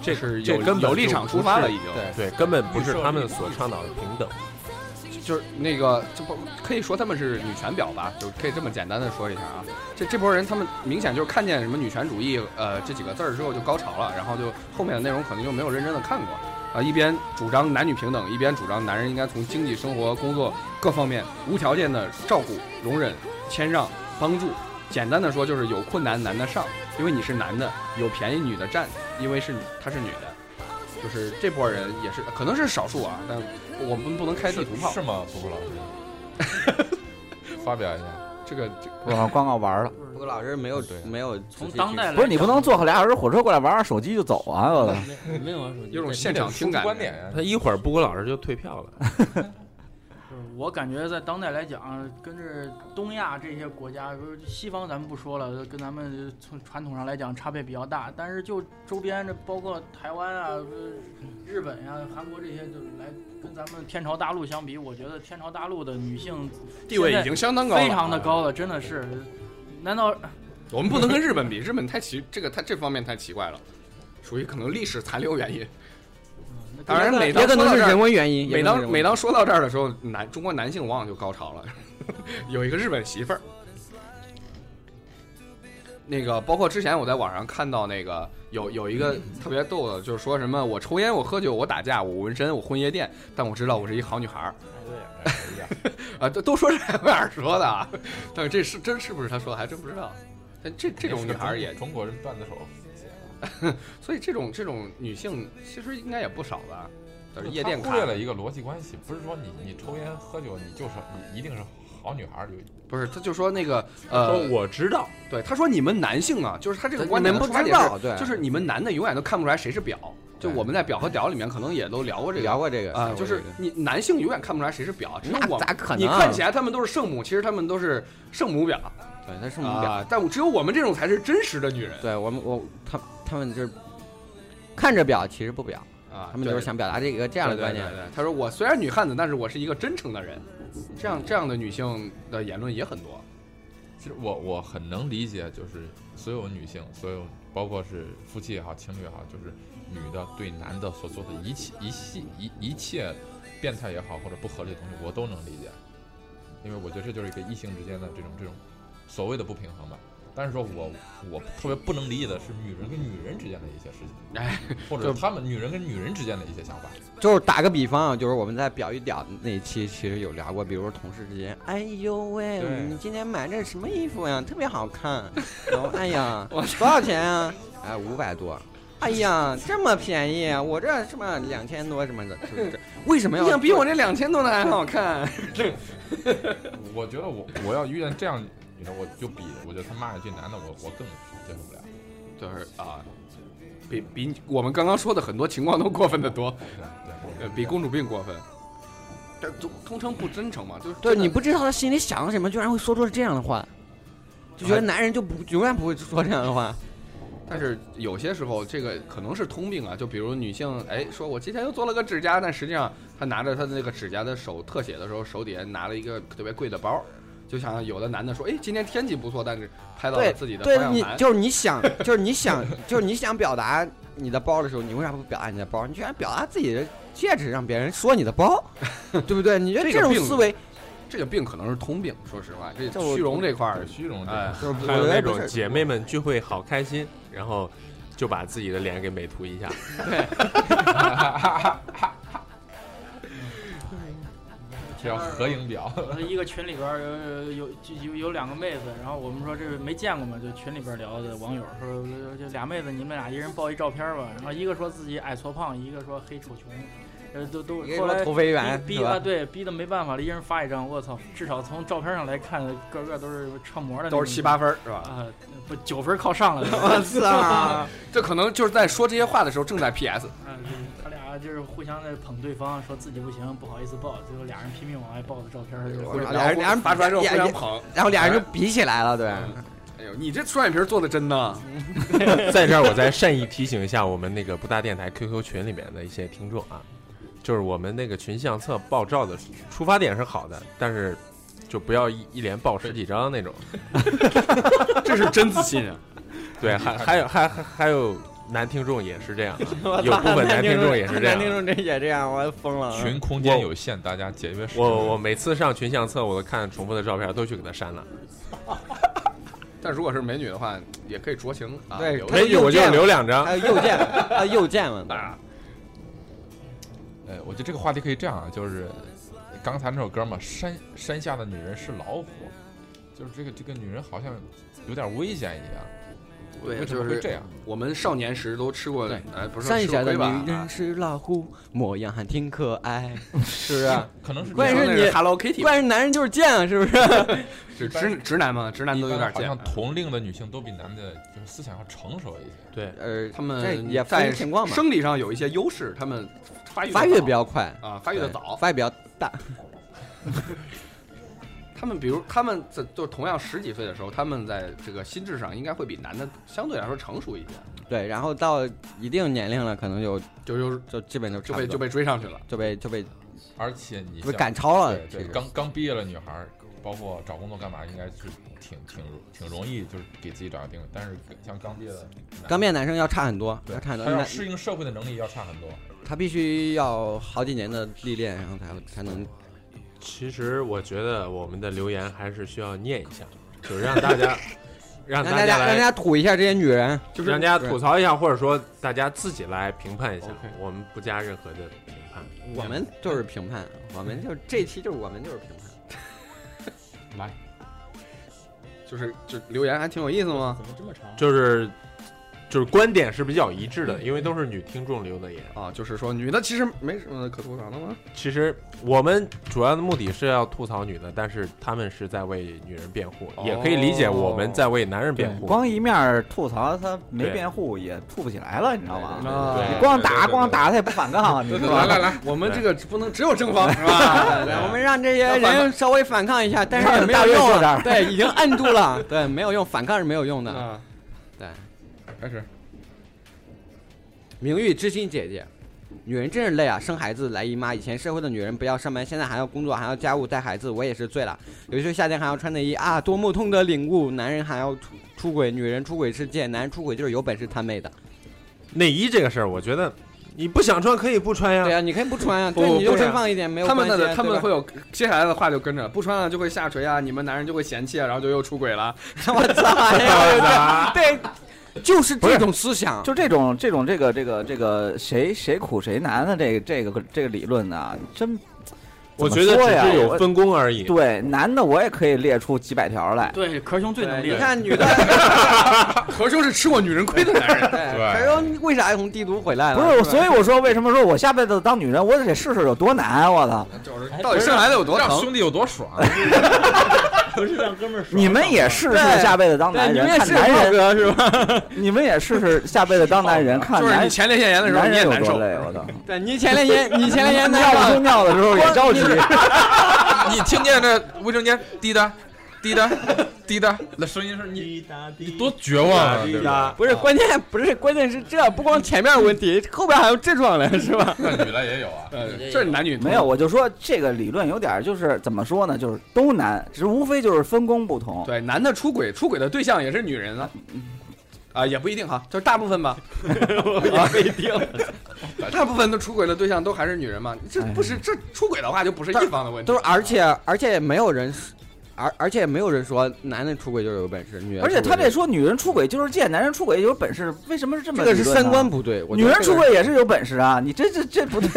C: 这
B: 是
C: 这
B: 有
C: 根本
B: 有
C: 就
B: 立场
C: 不
B: 出发
C: 是
B: 了，已经。
D: 对
C: 对，根本不是他们所倡导的平等。
B: 就是那个，就不可以说他们是女权婊吧，就可以这么简单的说一下啊。这这波人，他们明显就是看见什么女权主义，呃，这几个字儿之后就高潮了，然后就后面的内容可能就没有认真的看过啊、一边主张男女平等，一边主张男人应该从经济生活、工作各方面无条件的照顾、容忍、谦让、帮助。简单的说，就是有困难男的上，因为你是男的；有便宜女的占，因为是你她是女的。就是这波人也是，可能是少数啊，但我们不能开地图炮。
H: 是吗？布布老师， 发表一下。
B: 这个这
G: 我光靠玩了，
D: 不过老师没有
H: 对
D: 没有
F: 从
D: 仔细
F: 当
D: 去
F: 代来
G: 不是你不能坐个俩小时火车过来玩玩手机就走啊！我操
E: 没没有玩手机，
B: 有种
E: 在
B: 现场听感。
H: 观点呀、
C: 他一会儿布谷老师就退票了，
F: 就是我感觉在当代来讲，跟这东亚这些国家，比如西方咱们不说了，跟咱们从传统上来讲差别比较大。但是就周边这包括台湾啊、日本呀、韩国这些，就是来跟咱们天朝大陆相比，我觉得天朝大陆的女性
B: 地位已经相当高了，啊
F: 非常的。高了，真的是。难道
B: 我们不能跟日本比，日本太奇，这个太这方面太奇怪了，属于可能历史残留原因。当然，每
D: 也
B: 当
D: 可
B: 说
D: 能
B: 到
D: 是
B: 这
D: 人
B: 儿，
D: 为原因。
B: 每
D: 也可能是
B: 当
D: 人为
B: 每当说到这儿的时候，男中国男性往往就高潮了。 有一个日本媳妇儿，那个包括之前我在网上看到那个有有一个特别逗的，就是说什么我抽烟，我喝酒，我打架，我纹身，我混夜店，但我知道我是一好女孩儿。
H: 哎
B: 啊，都都说是海贝尔说的，啊，但是这是真是不是他说的，还真不知道。但这这种女孩儿也，
H: 中国人段子手，
B: 所以这种这种女性其实应该也不少吧，就是夜店
H: 他
B: 咖
H: 忽略了一个逻辑关系，不是说你你抽烟喝酒你就是你一定是好女孩儿，有
B: 不是，他就说那个
C: 说
B: 呃，
C: 我知道，
B: 对，他说你们男性啊，就是他这个观
D: 你
B: 点
D: 们不
B: 的出发
D: 知
B: 点
D: 道，
B: 是，
D: 对，
B: 就是你们男的永远都看不出来谁是婊，就我们在表和屌里面可能也都聊过这个
D: 聊过这个
B: 啊，就是你男性永远看不出来谁是表，只有
D: 那
B: 我
D: 咋可能？
B: 你看起来他们都是圣母，其实他们都是圣母婊
D: 对，他是母表。
B: 啊，但只有我们这种才是真实的女人
D: 对我们我他他们就是看着表，其实不表，
B: 啊，
D: 他们就是
B: 对
D: 想表达这个这样的观念
B: 对。对对对他说我虽然女汉子，但是我是一个真诚的人，这样这样的女性的言论也很多。
H: 其实我我很能理解，就是所有女性，所有包括是夫妻也好，情侣也好，就是女的对男的所做的一切一系一一切变态也好，或者不合理的东西，我都能理解，因为我觉得这就是一个异性之间的这种这种所谓的不平衡吧。但是说我我特别不能理解的是女人跟女人之间的一些事情，
B: 哎，
H: 或者他们女人跟女人之间的一些想法。
D: 就是打个比方啊，就是我们在表一屌那一期其实有聊过，比如说同事之间，哎呦喂，
B: 对
D: 你今天买这什么衣服呀？特别好 看。然后哎呀，多少钱啊？哎，五百多。哎呀，这么便宜啊！我这什么两千多什么的，就是这为什么要
B: 你想比我这两千多的还好看？
H: 我觉得我我要遇见这样，你知道我就比我觉得他骂一句男的，我我更接受不了。
B: 就是啊，比比我们刚刚说的很多情况都过分的多，
H: 对对
B: 呃比公主病过分。这通通称不真诚嘛，就是
D: 对
B: 真的
D: 你不知道他心里想什么，居然会说出这样的话，就
B: 啊
D: 觉得男人就不永远不会说这样的话。
B: 但是有些时候，这个可能是通病啊，就比如女性，哎，说我今天又做了个指甲，但实际上她拿着她的那个指甲的手特写的时候，手底下拿了一个特别贵的包，就像有的男的说，哎，今天天气不错，但是拍到了
D: 对
B: 自己的方
D: 对
B: 向
D: 你
B: 盘，
D: 就是你想，就是你想，就是你想表达你的包的时候，你为啥不表达你的包？你居然表达自己的戒指，让别人说你的包，对不对？你觉得
B: 这个
D: 这种
B: 病
D: 思维，
B: 这个病可能是通病。说实话，这
D: 这我
B: 虚荣这块儿
H: 对，，虚荣这
B: 哎
H: 个，
D: 就是
C: 还有
D: 我觉
C: 那
D: 得
C: 种
D: 不是
C: 姐妹们聚会好开心，然后就把自己的脸给美图一下。
H: 这叫合影表。
F: 那一个群里边儿有有有有有两个妹子，然后我们说这是没见过嘛，就群里边儿聊的网友说，就俩妹子你们俩一人报一照片儿吧，然后一个说自己矮矬胖，一个说黑丑穷，呃，都都
D: 一个
F: 后
D: 说
F: 来
D: 头飞远
F: 逼
D: 是
F: 逼
D: 吧
F: 啊，对，逼的没办法了，一人发一张，我操，至少从照片上来看，个个都是唱模的，
B: 都是七八。分儿是吧？
F: 啊、不九分儿靠上了，
D: 我操！
B: 这可能就是在说这些话的时候正在 PS，
F: 啊，就是他俩就是互相在捧对方，说自己不行，不好意思报，最后俩人拼命往外报的照片儿，就是
D: 我操
B: 然后
D: 俩人俩人
B: 发出来之后
D: 俩
B: 互
D: 人
B: 相捧。
D: 然后俩人就比起来了，对。
B: 哎呦，你这双眼皮儿做的真呢？
C: 在这儿，我再善意提醒一下我们那个不搭电台 QQ 群里面的一些听众啊，就是我们那个群相册爆照的出发点是好的，但是就不要一一连爆十几张那种。
B: 这是真自信啊！
C: 对，还还有还还还有男听众也是这样 啊，有部分男听众也是这
D: 男
C: 样
D: 听
C: 啊。
D: 众这也这样，我疯了。
H: 群空间有限，大家节约时间。
C: 嗯我我每次上群相册，我都看重复的照片，都去给他删了。
B: 但如果是美女的话，也可以酌情啊。
D: 对
B: 有
D: 他
C: 美女我就留两张
D: 还，有右键，还有右键嘛，
B: 啊，
H: 呃，我觉得这个话题可以这样啊，就是刚才那首歌嘛，山山下的女人是老虎，就是这个这个女人好像有点危险一样。
B: 对
H: 为什么
B: 就是
H: 会这样？
B: 我们少年时都吃过
D: 对，
B: 哎，不是
D: 山
B: 吃
D: 下的
B: 过亏吧啊
D: 女？人是老虎，模样还挺可 爱，是不是？
H: 可能是
D: 关键是
B: 说那
D: 你
B: Hello Kitty，
D: 关键是男人就是贱，啊，是不是？
B: 是直直男嘛？直男
H: 一
B: 都有点啊
H: 般好像
B: 贱。嗯
H: 同龄的女性都比男的就是思想要成熟一些。
C: 对，
D: 呃，
B: 他
D: 这
B: 们
D: 也分
B: 在
D: 情况嘛，
B: 生理上有一些优势，他们发育
D: 发育
B: 得
D: 得
B: 早
D: 比较快，
B: 啊，发育的
D: 对
B: 早。
D: 发育比较大。
B: 他们比如他们在就同样十几岁的时候，他们在这个心智上应该会比男的相对来说成熟一些，
D: 对，然后到一定年龄了，可能就
B: 就就
D: 就基本就差
B: 就
D: 不
B: 被
D: 多
B: 就被追上去了。
D: 就被就被
H: 而且你
D: 就被
H: 像
D: 赶超了
H: 对。
D: 其
H: 对，
D: 实
H: 刚刚毕业的女孩儿，包括找工作干嘛，应该是挺挺挺容易，就是给自己找个定位。但是像刚毕业的男的，
D: 刚毕业男生要差很多，
H: 对
D: 要差很
H: 他
D: 多。
H: 要
D: 男
H: 适应社会的能力要差很 多。
D: 他必须要好几年的历练，然后才才能
C: 其实我觉得我们的留言还是需要念一下，就是让 大家让
D: 让
C: 大
D: 大家
C: 家
D: 让大
C: 来
D: 家吐一下这些女人。
B: 就是
C: 让大家吐槽一下，或者说大家自己来评判一下
B: OK，
C: 我们不加任何的评判。
D: 我们就是评判，我们就这期就是我们就是评判。
H: 来，
B: 就是就留言还挺有意思吗？
E: 怎么这么长？
C: 就是就是观点是比较一致
G: 嗯
C: 的，因为都是女听众留的言。
B: 啊，就是说女的其实没什么可吐槽的吗？
C: 其实我们主要的目的是要吐槽女的，但是他们是在为女人辩护，
B: 哦
C: 也可以理解我们在为男人辩护。
G: 哦光一面儿吐槽他没
C: 对
G: 辩护也吐不起来了，你知道吗？
B: 对
G: 你光打光打他也不反抗，你
B: 对
G: 知
B: 对，
G: 道
B: 来
G: 吧？
B: 来来，我们这个不能只有正方是吧？
D: 对
B: 来，
D: 我们让这些人稍微反抗一下，但是也没有
G: 大瑞
D: 用
G: 坐这
D: 啊
G: 儿。
D: 对，已经摁住了，对，没有用，反抗是没有用的。
B: 啊，
D: 对，
B: 开始。
D: 名誉之心姐姐，女人真是累啊！生孩子来姨妈，以前社会的女人不要上班，现在还要工作，还要家务带孩子，我也是醉了。有时候夏天还要穿内衣啊，多么痛的领悟！男人还要出出轨，女人出轨是贱，男人出轨就是有本事他妹的。
C: 内衣这个事儿，我觉得你不想穿可以不穿呀。
D: 对啊，你可以不穿啊，
B: 不
D: 对，你就
B: 不是
D: 正放一点，没有
B: 他
D: 关
B: 们
D: 系啊。
B: 的他
D: 对
B: 们
D: 吧
B: 会有接下来的话就跟着，不穿了就会下垂啊，你们男人就会嫌弃啊，然后就又出轨了。
D: 我操！哎呀对， 对就是这种思想。
G: 就这种这种这个这个这个谁谁苦谁难的这个这个这个理论呢，真
C: 我觉得
G: 怎么说呀
C: 只是有分工而已。
G: 对男的我也可以列出几百条来。
F: 对，壳兄最能
D: 你
F: 练。
D: 看女的，
B: 何兄是吃过女人亏的男 人，
D: 对，还说哎为啥从帝都回来了？
G: 不是，所以我说为什么说我下辈子当女人，我得试试有多难，我操！
B: 就是到底生孩子有多
H: 让
B: 疼？
H: 兄弟有多爽？啊
E: 不是让哥们儿说
G: 你们也试试
D: 对
G: 下辈子当男人，看男人
D: 哥是吧？
G: 你们也试试下辈子当男人，看
B: 就是
G: 啊男
B: 你前列腺炎的时候
G: 男
B: 你也
G: 人有
B: 难
G: 多
B: 受，
G: 累，我操！
D: 对你前列腺， 你前列 腺
G: 尿不
D: 那
G: 出
D: 个，
G: 尿的 时候也着急，
H: 你听见这卫生间滴答滴答滴答那声音是你
E: 滴答滴
H: 你多绝望啊！对吧？
D: 不是关键，不是关键是这不光前面有问题，后边还有这种嘞，是吧？
H: 那女的也有啊，
B: 呃，这是男女
G: 没有，我就说这个理论有点儿就是怎么说呢，就是都难，只是无非就是分工不同。
B: 对男的出轨，出轨的对象也是女人啊，啊也不一定哈，就是大部分吧，也不一定， 大部分的出轨的对象都还是女人嘛，这不是这出轨的话就不是一方的问题，
D: 都是，而且而且也没有人，而而且也没有人说男的出轨就是有本事，女人
G: 而且他这
D: 出
G: 说女人出轨就是贱，男人出轨有本事，为什么是这么
D: 轨就是这个是
G: 理论呢
D: 三观不对，我觉
G: 女
D: 得
G: 人
D: 这个
G: 出轨也是有本事啊！你这这这不对，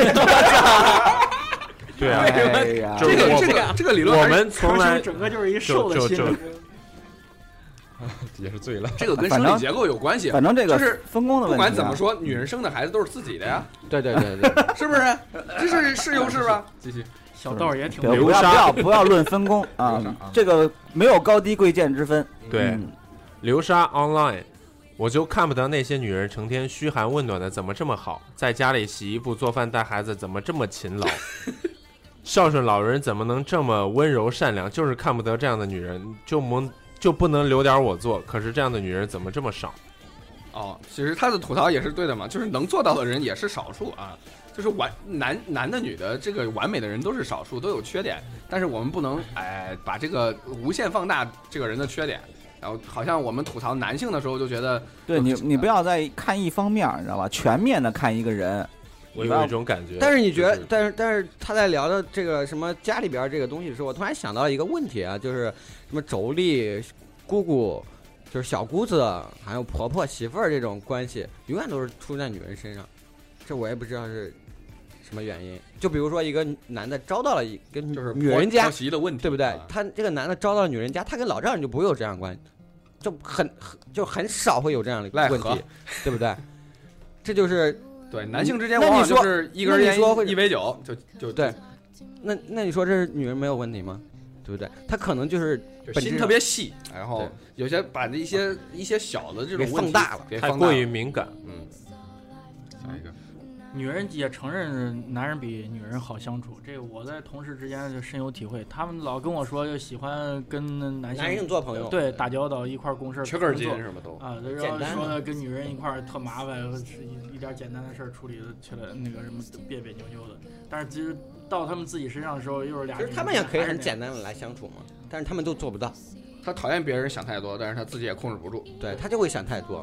C: 对 啊，
G: 哎呀，
C: 就
B: 这
C: 是
B: 个
C: 我
B: 这个这个理论
C: 我
B: 还是
C: 们从来
F: 整个就是一
C: 瘦的就就心理
H: 也是醉了。
B: 这个跟
G: 反
B: 生理
G: 正
B: 结构有关系，
G: 反正这个
B: 就是
G: 分工的问题、
B: 不
G: 啊。
B: 管怎么，说，女人生的孩子都是自己的呀，
D: 对对对对，
B: 是不是？这是是优势吧？继续，
F: 小道儿也挺
G: 不要
C: 流
G: 不要
C: 沙
G: 不要不要论分 工啊
H: 流沙啊！
G: 这个没有高低贵贱之分。
C: 对
G: 嗯
C: 流沙 online，我就看不得那些女人成天嘘寒问暖的，怎么这么好？在家里洗衣服、做饭、带孩子，怎么这么勤劳？孝顺老人怎么能这么温柔善良？就是看不得这样的女人，就不就不能留点我做？可是这样的女人怎么这么少？
B: 哦，其实他的吐槽也是对的嘛，就是能做到的人也是少数啊。就是完男男的女的这个完美的人都是少数，都有缺点，但是我们不能哎把这个无限放大这个人的缺点，然后好像我们吐槽男性的时候就觉得
G: 对你你不要再看一方面儿，你知道吧？全面的看一个人，
C: 我有一种感觉，
D: 但是你觉得
C: 就，
D: 但是但是他在聊的这个什么家里边儿这个东西的时候，我突然想到了一个问题啊，就是什么妯娌、姑姑，就是小姑子，还有婆婆、媳妇儿这种关系，永远都是出在女人身上。这我也不知道是什么原因。就比如说一个男的招到了一个
B: 就是
D: 女人家
B: 婆，媳的问题，
D: 对不对
B: 啊？
D: 他这个男的招到了女人家，他跟老丈人就不会有这样的关系，就很很就很少会有这样的
B: 赖
D: 问题
B: 和，
D: 对不对？这就是
B: 对男性之间
D: 那
B: 往往
D: 你说
B: 就是一根
D: 那你
B: 烟
D: 说会
B: 一杯酒就就
D: 对那那你说这是女人没有问题吗？对不对？她可能就是
B: 就
D: 本质
B: 心
D: 上
B: 特别细，然后
D: 对
B: 有些把那一些一些小的这
D: 给
B: 种问
D: 放
B: 题
D: 大了
B: 给
C: 太
B: 放大
C: 过
B: 了哎
C: 于敏感。
B: 嗯，下一个。
F: 女人也承认男人比女人好相处，这个我在同事之间就深有体会。他们老跟我说，就喜欢跟男性
D: 男性做朋友，
F: 对打交道，一块儿共事，
B: 缺根筋
F: 工作
B: 什么都。
F: 啊，
D: 简
F: 然
D: 单
F: 后说的跟女人一块儿特麻烦，是一一点简单的事儿处理的起来那个什么别别扭扭的。但是其实到他们自己身上的时候，又是俩
D: 其
F: 人。
D: 实他们也可以很简单的来相处嘛，但是他们都做不到，
B: 他讨厌别人想太多，但是他自己也控制不住。
D: 对他就会想太多。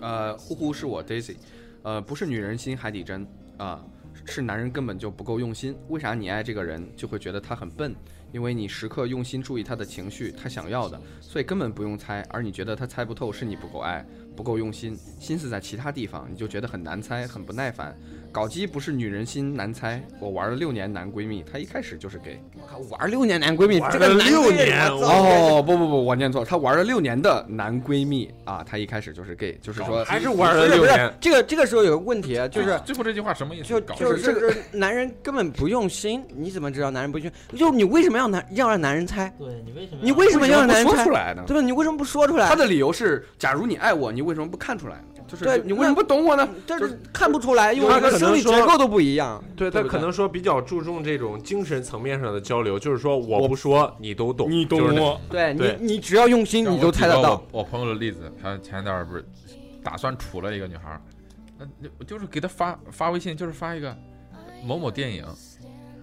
B: 呃，呼呼是我 Daisy，呃，不是女人心海底针啊、是男人根本就不够用心。为啥你爱这个人就会觉得他很笨？因为你时刻用心注意他的情绪，他想要的，所以根本不用猜。而你觉得他猜不透，是你不够爱。不够用心，心思在其他地方，你就觉得很难猜，很不耐烦。搞基不是女人心难猜，我玩了六年男闺蜜，他一开始就是 gay。
D: 我靠，玩六年男闺蜜，这
C: 玩
D: 个
C: 了
D: 男
C: 六
D: 闺蜜
C: 年
D: 我操
B: 哦，不不不，我念错了，她玩了六年的男闺蜜啊，她一开始就是 gay，就是说
C: 还是玩了
D: 呃不是
C: 六
D: 不
C: 年
D: 是，，这个这个时候有个问题，啊就是
H: 最后这句话什么意思？
D: 就
H: 啊搞
D: 就是这
H: 事
D: 个男人根本不用心，你怎么知道男人不用心？就是你为什么要男要让男人猜？
E: 对你为什么
D: 你为什么要让
B: 不
D: 男人
B: 说
D: 猜
B: 出？来呢？
D: 对吧？你为什么不说出来
B: 她？的理由是，假如你爱我，你为什么不看出来呢？就是
D: 对
B: 你为什么不懂我呢？
D: 这
B: 就是
D: 看不出来，因为
C: 他
D: 我们
C: 可能
D: 生理
C: 说
D: 结构都不一样。
B: 对
C: 对他
B: 不对
C: 可能说比较注重这种精神层面上的交流，就是说我不说你都懂，
B: 你懂
C: 就是那
B: 我
D: 对
C: 对
D: 你，你只要用心，你都猜得到。
H: 我。我朋友的例子，他前一段儿不是打算处了一个女孩儿，那那就是给他发发微信，就是发一个某某电影，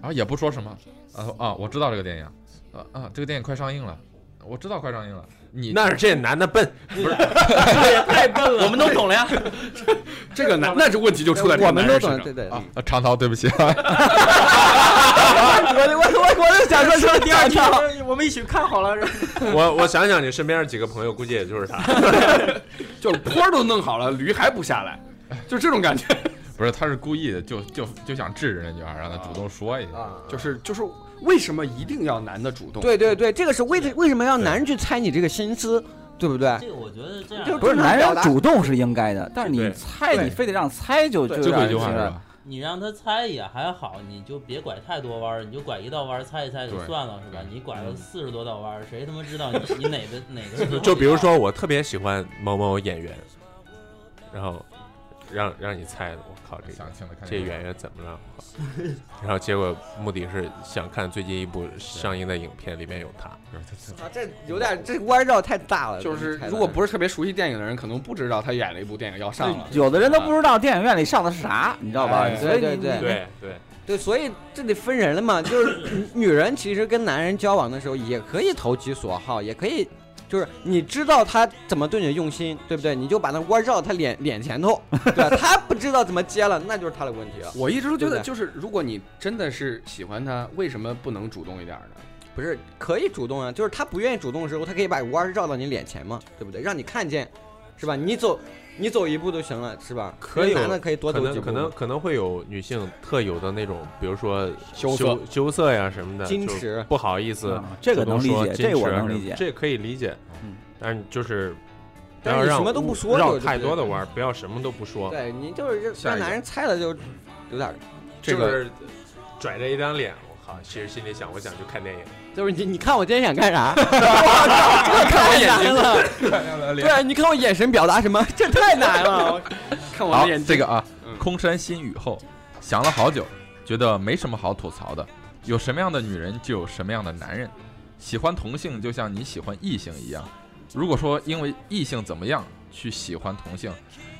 H: 然后也不说什么，啊啊，我知道这个电影，啊啊，这个电影快上映了，我知道快上映了，你
C: 那是这男的笨，
F: 哎
E: 我们都懂了呀。
B: 这 个男，那这问题就出在这个
D: 我们
B: 男
D: 都
B: 人身
D: 懂，
B: 上
D: 对对。
H: 啊，呃长涛，对不起啊，
D: 我我我 我就想说说第二条，
F: 我们一起看好了，
C: 我我想想，你身边的几个朋友，估计也就是他。
B: 就是坡都弄好了，驴还不下来，就这种感觉。
H: 不是，他是故意的，就就就想治人家女孩儿，让他主动说一
B: 啊
H: 下。
B: 就是就是为什么一定要男的主动？
D: 啊对对对，这啊个是为为什么要男人去猜你这个心思，对不对？
E: 这个我觉得这样
D: 就
G: 不是
D: 正常
G: 男
D: 表
G: 人
D: 达
G: 主动是应该的，但是你
C: 对
G: 猜，
D: 对
G: 你非得让猜就就
H: 最后一句
G: 有
H: 话
G: 点
H: 是
G: 儿
H: 吧？
E: 你让他猜也还好，你就别拐太多弯儿，你就拐一道弯儿猜一猜就
H: 对
E: 算了，是吧？你拐了四十多道弯儿，谁他妈知道你你哪个哪个是最后一道？
C: 就比如说，我特别喜欢某某演员，然后让让你猜，我靠，这
H: 想清了，看
C: 这
H: 见没有
C: 演员怎么了？我靠然后结果目的是想看最近一部上映的影片里面有他。
H: 就是他
D: 啊，这有点这弯绕太大了。
B: 就
D: 这
B: 是
D: 个猜的
B: 如果不是特别熟悉电影的人，可能不知道他演了一部电影要上了。
G: 有的人都不知道电影院里上的是啥，你知道吧
B: 哎？
G: 所以
D: 对
G: 你
D: 对
C: 对对，
D: 对，所以这得分人了嘛。 就是女女人其实跟男人交往的时候，也可以投其所好，也可以。就是你知道他怎么对你用心，对不对？你就把那弯绕他脸脸前头，对吧？他不知道怎么接了，那就是他的问题了。
B: 我一直都觉
D: 对
B: 得，
D: 不对
B: 就是如果你真的是喜欢他，为什么不能主动一点呢？
D: 不是可以主动啊，就是他不愿意主动的时候，他可以把弯儿绕到你脸前嘛，对不对？让你看见，是吧？你走你走一步就行了，是吧？
C: 可以
D: 男的可以多
C: 可
D: 走几
C: 能
D: 步，
C: 可能可能会有女性特有的那种，比如说
B: 羞涩
C: 羞羞涩呀什么的，
D: 矜
C: 呃就哦
D: 持
C: 不好意思
G: 嗯，这个能理
C: 主动
G: 解，
C: 说
G: 这个我
C: 矜持啊
G: 能
C: 什么
G: 理解。
C: 这可以理解。
G: 嗯，
C: 但是就是不
D: 但
C: 要
D: 是你
C: 让
D: 什么都不说
C: 绕
D: 就
C: 太多的
D: 对
C: 弯儿，不要什么都不说，
D: 对你就是
H: 下
D: 让
H: 一个
D: 男人猜了就有点儿
C: 就
B: 这个
C: 是拽着一张脸，我靠，其实心里想，我想去看电影。
D: 就是你，你看我今天想干 啥？这 太难了。对啊，你看我眼神表达什么？ 这太难了。
B: 看我
H: 好
B: 的眼，睛，
H: 这个啊，
B: 嗯
H: 空山新雨后，想了好久，觉得没什么好吐槽的。有什么样的女人，就有什么样的男人。喜欢同性，就像你喜欢异性一样。如果说因为异性怎么样去喜欢同性，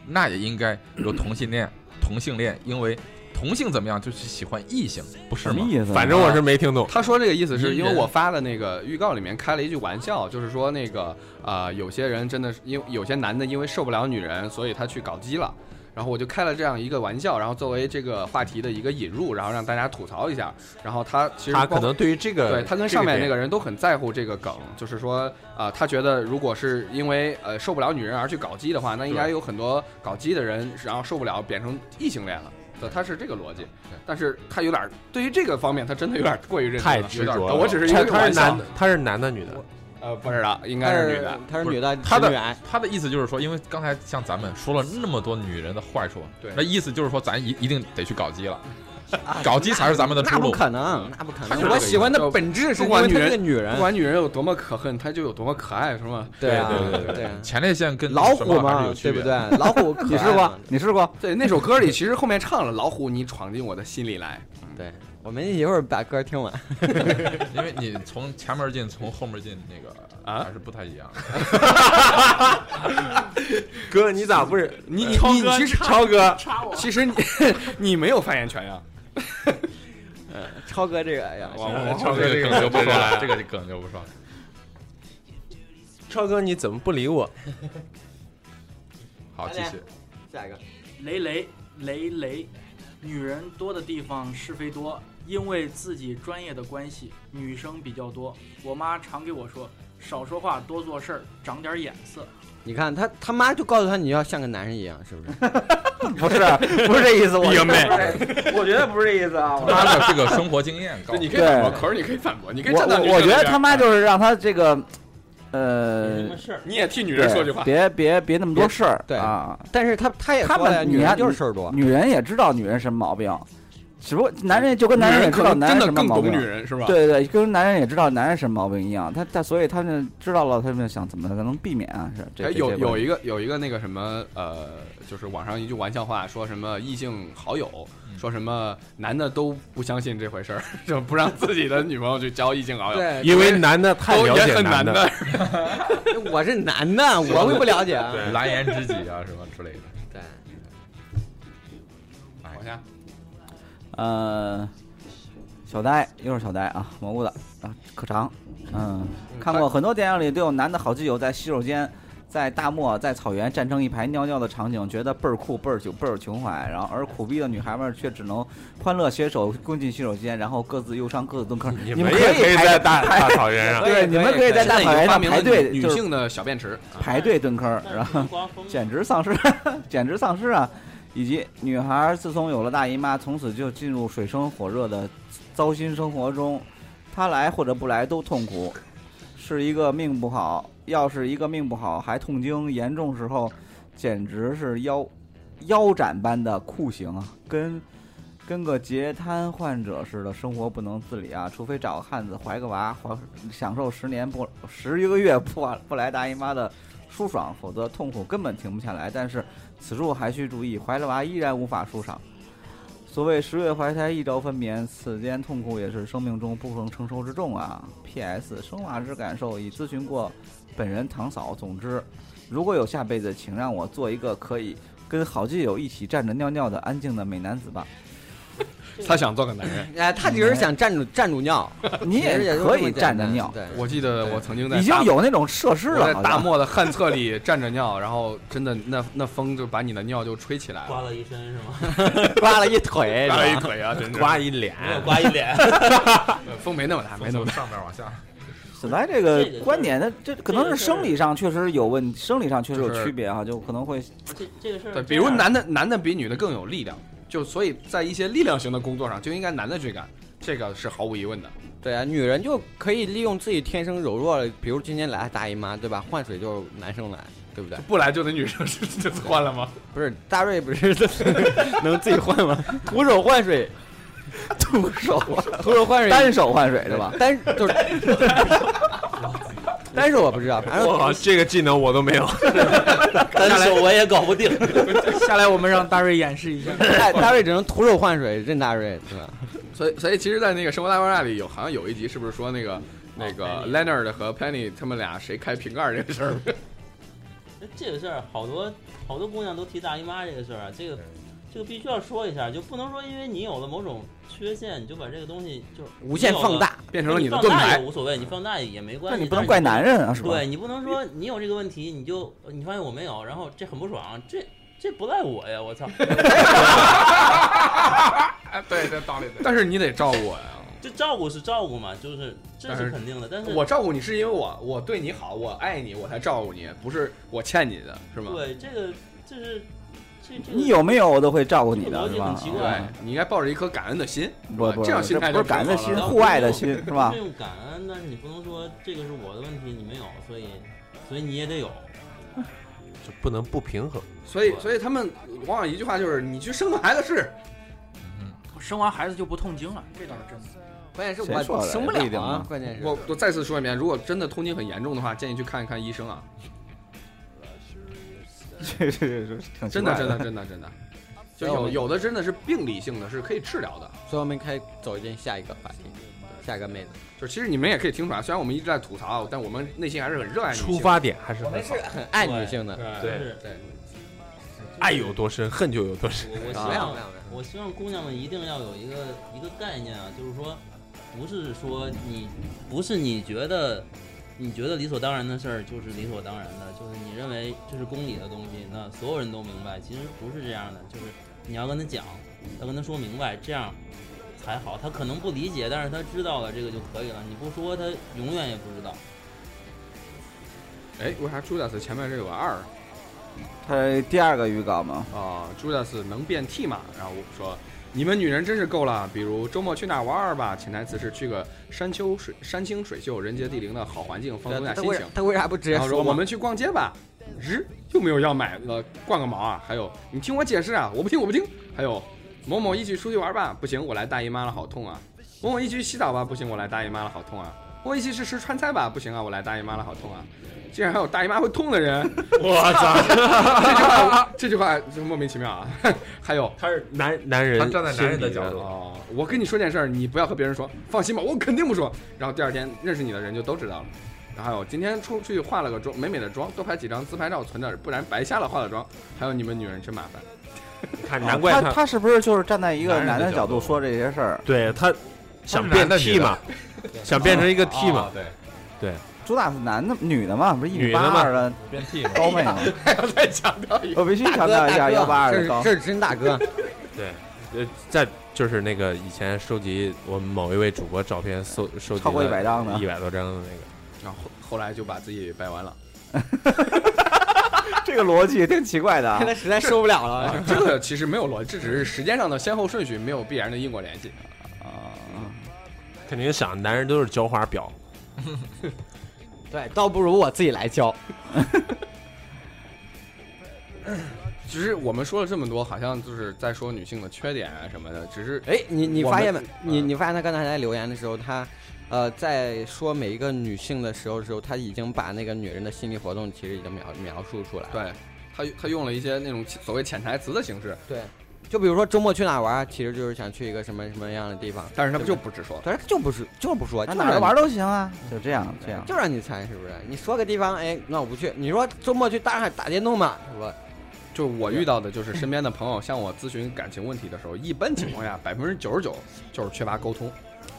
H: 那也应该有同性恋。同性恋因为同性怎么样就去喜欢异性，不是
G: 什么
H: 吗？
G: 意思呢？啊
C: 反正我是没听懂，
B: 嗯他说这个意思是因为
H: 人
B: 我发的那个预告里面开了一句玩笑，就是说那个呃，有些人真的是因为有些男的因为受不了女人，所以他去搞基了。然后我就开了这样一个玩笑，然后作为这个话题的一个引入，然后让大家吐槽一下。然后他其实
C: 他
B: 包
C: 可能对于这个，
B: 对他跟上面那
C: 这
B: 个人都很在乎这个梗，就是说啊、他觉得如果是因为呃受不了女人而去搞基的话，那应该
C: 对
B: 有很多搞基的人，然后受不了变成异性恋了。对，他是这个逻辑，但是他有点儿对于这个方面，他真的有点儿过于认真
C: 太
B: 了
C: 执
B: 有点儿
C: 着
B: 呃
C: 了
B: 我只是一
C: 点
B: 个
C: 点他是
B: 玩笑
C: 男的，他是男的女的，
B: 呃，不知道，应该是女的。，
D: 她是女的，
H: 她的
D: 直女癌
H: 他的意思就是说，因为刚才像咱们说了那么多女人的坏处，
B: 对
H: 那意思就是说咱一一定得去搞 基了，
G: 啊
H: 搞基才是咱们的
D: 那
H: 出
D: 不
H: 路。
D: 可能，那不可
B: 她就
D: 能。
B: 是这
D: 我
B: 个
D: 喜欢
B: 意思
D: 的本质是
B: 不
D: 因
B: 管
D: 为她
B: 女
D: 是个女
B: 不
D: 人。
B: 管女人有多么可恨，她就有多么可爱，是吗？
D: 对啊，
C: 对对对
D: 对啊。
H: 前列腺跟
D: 老
H: 什
D: 虎
H: 么还是
D: 嘛
H: 有，区
D: 对
H: 别
D: 不
H: 的
D: 对？老虎可爱嘛，
G: 你试过？你试过？
B: 对，那首歌里其实后面唱了“老虎，你闯进我的心里来
D: 对，我们一会儿把歌听完。
H: 因为你从前面进，从后面进，那个
B: 啊
H: 还是不太一样。
C: 哥你咋不是”。
B: 你你
F: 超
B: 你
F: 哥
B: 其实呃超哥，其实你 你没有发言权呀。
D: 超哥这个，哎呀，
B: 哇
C: 行
H: 哦这
C: 超哥
H: 个
C: 这个
H: 梗就不
C: 不
H: 说
C: 说
H: 了，
C: 了
H: 这个梗就不说了。
C: 超哥你怎么不理我？
H: 好，继续。
D: 下一个，
F: 雷雷雷雷，女人多的地方是非多，因为自己专业的关系，女生比较多。我妈常给我说，少说话，多做事儿，长点眼色。
D: 你看他他妈就告诉他你要像个男人一样，是不是？
G: 不是不是这意思，我
C: 明白
G: 我觉得不是这意思啊。我
H: 他的这个生活经验高
B: 对，，你可以
G: 对
B: 反驳，可是你可以反驳，你可以
G: 我
B: 站到女
G: 我
B: 生
G: 我觉
B: 那
G: 得
B: 边
G: 他妈就是让他这个，呃
E: 什，么事儿？
B: 你也替女
G: 对
B: 人说句话，
G: 别别别那么多事儿，
D: 对
G: 啊，
D: 但是他他也
G: 他
D: 说
G: 们
D: 了，
G: 你
D: 女人
G: 看
D: 就是事儿多。
G: 女人也知道女人什么毛病，只不过男人就跟男人也
B: 可
G: 知道
B: 能
G: 男
B: 真的
G: 人什么
B: 更
G: 毛
B: 懂
G: 病啊
B: 女，人是吧？哎
G: 对对，跟男人也知道男人什么毛病一样，他他所以他们知道了，他们想怎么能避免啊？是这
B: 哎，
G: 这
B: 有
G: 这个
B: 有一个有一个那个什么呃，就是网上一句玩笑话，说什么异性好友，
H: 嗯
B: 说什么男的都不相信这回事儿， 就不让自己的女朋友去交异性好友，
D: 对，
C: 因为男的太
B: 哎都
C: 了
B: 也
C: 解
B: 很难
C: 男的，。
D: 我是男的，我会不了解啊。
H: 蓝颜知
B: 哎
H: 己啊什么之类的。
D: 对，
B: 往下，
G: 呃，小呆又是小呆啊，蘑菇的啊，可长，嗯，看过很多电影里都有男的好基友在洗手间。在大漠、在草原站成一排尿尿的场景，觉得倍儿酷、倍儿囧、倍儿穷怀。然后，而苦逼的女孩们却只能欢乐携手攻进洗手间，然后各自忧伤、各自蹲坑。你
C: 们
G: 可
C: 也可以
G: 排
C: 在
G: 队
C: 大大草原上。
G: 对，你们可以在
B: 现
G: 大
B: 在已
G: 草
B: 经
G: 原
B: 发
G: 上
B: 明了
G: 排队，
B: 女女
G: 就是
B: 性的小便池，啊
G: 排队蹲坑， 然后
E: 刮风
G: 简直丧尸， 简直丧尸啊！以及女孩儿自从有了大姨妈，从此就进入水深火热的糟心生活中，她来或者不来都痛苦，是一个命不好。要是一个命不好还痛经，严重时候简直是腰腰斩般的酷刑啊，跟跟个截瘫患者似的，生活不能自理啊，除非找个汉子怀个娃，怀享受十年不十一个月不不来大姨妈的舒爽，否则痛苦根本停不下来。但是此处还需注意，怀了娃依然无法舒爽。所谓十月怀胎一朝分娩，此间痛苦也是生命中不能承受之重啊。P.S. 生娃之感受已咨询过本人堂嫂。总之，如果有下辈子，请让我做一个可以跟好基友一起站着尿尿的安静的美男子吧。
B: 他想做个男人。
D: 哎，他只是想站住站住尿，
G: 你
D: 其实也
G: 也
D: 就
G: 可
D: 这么
G: 以
D: 简
G: 站着
D: 单
G: 尿，
D: 对，
B: 我记得我曾经在
G: 已经
B: 大
G: 有那种设施
B: 我
G: 了，
B: 在
G: 好
B: 大
G: 像。
B: 漠的旱厕里站着尿，然后真的那那风就把你的尿就吹起来
E: 刮
B: 了，
E: 了一身是吗？
D: 刮了一 腿，
B: 刮了一
D: 是吧
B: 腿啊，真是
C: 刮一脸，
E: 没有刮一脸，
B: 呃风没那么大，没
H: 没
B: 那么大。
H: 从上面往下，
G: 本来这个观点，它这可能是生理上确实有问，生理上确实有区别哈，就可能会
E: 这这个事儿这
B: 对，比
E: 样，
B: 如男的男的比女的更有力量，就所以在一些力量型的工作上就应该男的去干，这个是毫无疑问的。
D: 对啊，女人就可以利用自己天生柔弱的，比如今天来大姨妈，对吧？换水就是男生来，对不对？
B: 不来就得女生就换了吗？
D: 不是大瑞不是 能自己换吗？徒手换水，
G: 徒手
D: 徒手换水，
G: 单手换水是 吧？
D: 单就是 单手我不知道，反
C: 我
D: 正
C: 靠， 这个技能我都没有。
B: 哎
E: 单手我也搞不定。
F: 下来我们让大瑞演示一下。
D: 大大瑞只能徒手换水，任大瑞对吧？
B: 所以所以其实，在那个《生活大爆炸》里有好像有一集是不是说那个那个 Leonard 和 Penny 他们俩谁开瓶盖儿这个事儿？
E: 这个事儿，好多好多姑娘都提大姨妈这个事儿啊，这个这个必须要说一下，就不能说因为你有了某种缺陷，你就把这个东西就是
D: 无限放，大，
B: 变
E: 你
B: 成了你
E: 有了
B: 的
E: 放
B: 盾
E: 大
B: 牌
E: 也。无所谓，你放大也没关
G: 那
E: 系，
G: 你不能怪男人啊，是吧？
E: 对你不能说你有这个问题，你就你发现我没有，然后这很不爽，这这不赖我呀， 我操！
B: 哎，对，这道理。但是你得照顾我呀。
E: 这照顾是照顾嘛，就是这
B: 但
E: 是
B: 是
E: 肯定的，但是
B: 我照顾你是因为我我对你好，我爱你，我才照顾你，不是我欠你的，是吗？
E: 对这个这是这这个
G: 你有没有我都会照顾你的，
E: 这
G: 是
E: 个逻辑很
G: 吧？啊
E: 奇怪
B: 对，
F: 啊
D: 啊
B: 你应该抱着一颗感恩的心，是
G: 不
B: 吧
G: 不，
B: 这样心态
G: 不
B: 就是
G: 感恩的
B: 挺
G: 心，
B: 好的
G: 户外的心是吧
E: 这？种感恩，但是你不能说这个是我的问题，你没有，所以所以你也得有。
C: 就不能不平衡。
B: 所以，所以他们往往一句话就是：你去生个孩子试。
H: 嗯
F: 生完孩子就不痛经了，这倒是真的。
D: 关键是
G: 谁说
D: 我
G: 的
D: 生不
G: 不一
D: 了
G: 定
D: 啊
G: 啊，
D: 关键是
B: 我我再次说一遍，如果真的痛经很严重的话，建议去看一看医生啊！
G: 这这这挺奇
B: 真
G: 怪
B: 的，真 的，真的，真的，就
D: 所以我
B: 有
D: 们
B: 有的真的是病理性的，是可以治疗的。
D: 所以我们开始走进下一个话题，下一个妹子。
B: 就其实你们也可以听出来，虽然我们一直在吐槽，但我们内心还是很热爱女性
C: 出。发点还是
D: 我
C: 很
D: 们
C: 好
D: 是，很爱女性的，
C: 对
E: 是
B: 对，
C: 爱有多深，恨就有多 深。
E: 我我希
D: 没有
E: 望
D: 没有没有，
E: 我希望姑娘们一定要有一个一个概念啊，就是说，不是说你不是你觉得你觉得理所当然的事儿就是理所当然的，就是你认为这是公理的东西，那所有人都明白，其实不是这样的，就是你要跟他讲，要跟他说明白，这样才好。他可能不理解，但是他知道了这个就可以了。你不说，他永远也不知道。
B: 哎，为啥 Judas 前面这有个二
G: 他第二个预告嘛，
B: 啊？Judas 能变 T 吗？然后我说，你们女人真是够了。比如周末去哪儿玩玩吧，潜台词是去个山丘水、山清水秀、人杰地灵的好环境，放松一下
D: 他
B: 心
D: 为
B: 情。
D: 他为啥不直接
B: 然后说
D: 说
B: 我
D: 嘛？
B: 们去逛街吧，日又没有要买的，逛个毛啊！还有你听我解释啊，我不听我不听。还有某某一起出去玩吧，不行我来大姨妈了好痛啊！某某一起洗澡吧，不行我来大姨妈了好痛啊！某某一起去吃川菜吧，不行啊我来大姨妈了好痛啊！竟然还有大姨妈会痛的人，
C: 我操！
B: 这句话这句话就莫名其妙啊！还有
C: 他是男男人，
H: 他站在男人的角度
B: 哦，我跟你说件事儿，你不要和别人说，放心吧，我肯定不说。然后第二天认识你的人就都知道了。然后还有今天出去化了个妆，美美的妆，多拍几张自拍照存着，不然白瞎了化的妆。还有你们女人真麻烦。
C: 看难怪
G: 啊他
C: 他
G: 他是不是就是站在一个
H: 男人
G: 男
H: 的
G: 的角
H: 角
G: 度
H: 度
G: 说这些事儿？
C: 对他想
H: 男
C: 变
H: 的女
C: T
H: 的
C: 嘛，想变成一个 T
H: 啊
C: 嘛，
H: 对，
G: 主打是男的女的嘛，不是一米
C: 女的
G: 八
C: 嘛
G: 二的
H: 变 T 嘛。
G: 高妹吗？
B: 还要再强调一个，
G: 我必须强调一下幺八二
D: 这
G: 的
D: 是
G: 高。
D: 这是真大哥，
C: 呃，在就是那个以前收集我们某一位主播照片搜收集
G: 超过100张的
C: 一百多张的那个，
B: 然后后来就把自己掰弯了。
G: 这个逻辑挺奇怪的啊
D: 现。在实在受不了了。
B: 啊，这个其实没有逻辑，这只是时间上的先后顺序没有必然的因果联系。
C: 肯定想男人都是浇花婊，
D: 对，倒不如我自己来教。
B: 其实我们说了这么多，好像就是在说女性的缺点啊什么的，只是
D: 哎，你你
B: 我
D: 发
B: 们
D: 现没？你
B: 嗯
D: 你发现他刚才在留言的时候，他呃在说每一个女性的时候的时候，他已经把那个女人的心理活动其实已经描描述出来了。
B: 对他他用了一些那种所谓潜台词的形式，
D: 对，就比如说周末去哪儿玩儿，其实就是想去一个什么什么样的地方，
B: 但是他们就不直说。
D: 但是他就不是就不说，
G: 那
D: 就
G: 哪
D: 让
G: 儿
D: 你
G: 玩都行啊，就这样这样。
D: 就让你猜是不是？你说个地方，哎，那我不去。你说周末去大海打电动嘛？是吧？
B: 就我遇到的，就是身边的朋友向我咨询感情问题的时候，一般情
E: 嗯
B: 况下百分之九十九就是缺乏沟通，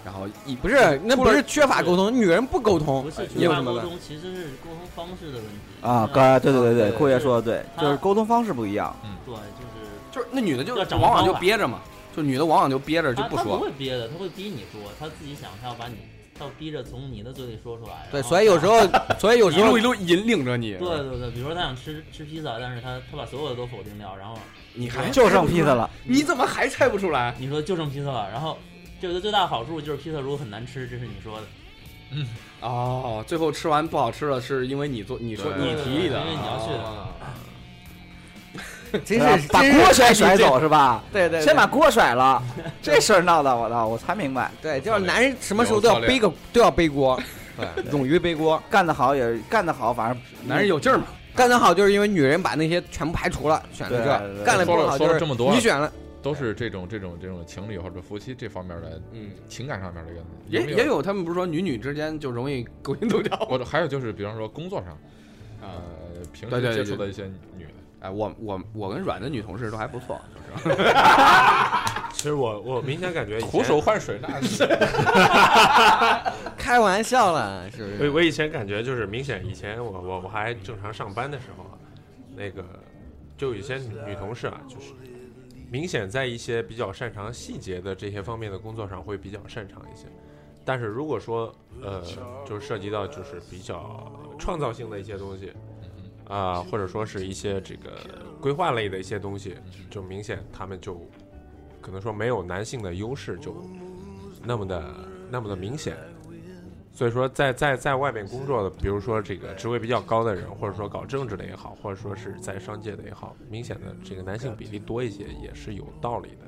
B: 然后一
D: 不是，那
B: 出
D: 不
B: 了
D: 是缺乏沟通，女人不沟通哎
E: 不，是
D: 你
E: 缺
D: 有
E: 乏
D: 什么
E: 沟
D: 办
E: 通，其实是沟通方式的问题嗯
G: 啊，
E: 就是
G: 哥，对对对
D: 对
G: 对，
D: 对
G: 顾爷说的对，
D: 啊
E: 他
G: 就是沟通方式不一样。
E: 对，就是
B: 就是那女的就
E: 要找
B: 往往
E: 方
B: 就
E: 法
B: 憋着嘛，就女的往往就憋着就
E: 啊他
B: 不
E: 他不
B: 说。
E: 会憋的，他会逼你说，他自己想，他要把你，他要逼着从你的嘴里说出来。
D: 对，
E: 然后
D: 所以有时候，所以有
B: 一
D: 时候
B: 路一路引领着你，
E: 对对对，比如说他想吃吃披萨，但是他他把所有的都否定掉，然后
B: 你还
G: 就剩披萨，了，
B: 你怎么还猜不出来？
E: 你说就剩披萨了，然后这个最大的好处就是披萨如果很难吃，这是你说的，
B: 哦，最后吃完不好吃了，是因为你做你说
H: 对
B: 你提议的，
E: 因为你要去的
B: 哦
D: 真
G: 对吧
D: 是
G: 把
D: 真是
G: 锅
D: 该
G: 甩
D: 你
G: 甩
D: 这
G: 走是吧？
D: 对对，
G: 先
D: 对
G: 把锅 甩了，这事儿闹的我操，我才明白，
D: 对，就是男人什么时候都要背个都要背锅，对， 勇于背锅。
G: 干得好也干得好，反正
B: 男人有劲儿嘛。
D: 干得好就是因为女人把那些全部排除了，选了
G: 对对
D: 这；
G: 对
D: 干了
H: 说
D: 不
H: 了
D: 好
H: 说
D: 就
H: 了
D: 是
H: 这么多
D: 你选了，
H: 都是这种这种这种情侣或者夫妻这方面的
B: 嗯，
H: 情感上面的原因，
B: 也也
H: 有。
B: 有他们不是说女女之间就容易勾心斗角吗
H: 我还有就是，比方说工作上，呃，平
B: 对
H: 时
B: 对对
H: 接触的一些女的，
B: 哎，我我我跟软的女同事都还不错，就是
C: 其实我我明显感觉以前
H: 苦手换水那是
D: 开玩笑了，是不
C: 我
D: 是？
C: 我以前感觉就是明显，以前我我我还正常上班的时候啊，那个就有一些女女同事啊，就是明显在一些比较擅长细节的这些方面的工作上会比较擅长一些，但是如果说呃，就是涉及到就是比较创造性的一些东西啊、或者说是一些这个规划类的一些东西，就明显他们就可能说没有男性的优势就那么的那么的明显。所以说在，在在外面工作的，比如说这个职位比较高的人，或者说搞政治的也好，或者说是在商界的也好，明显的这个男性比例多一些，也是有道理的。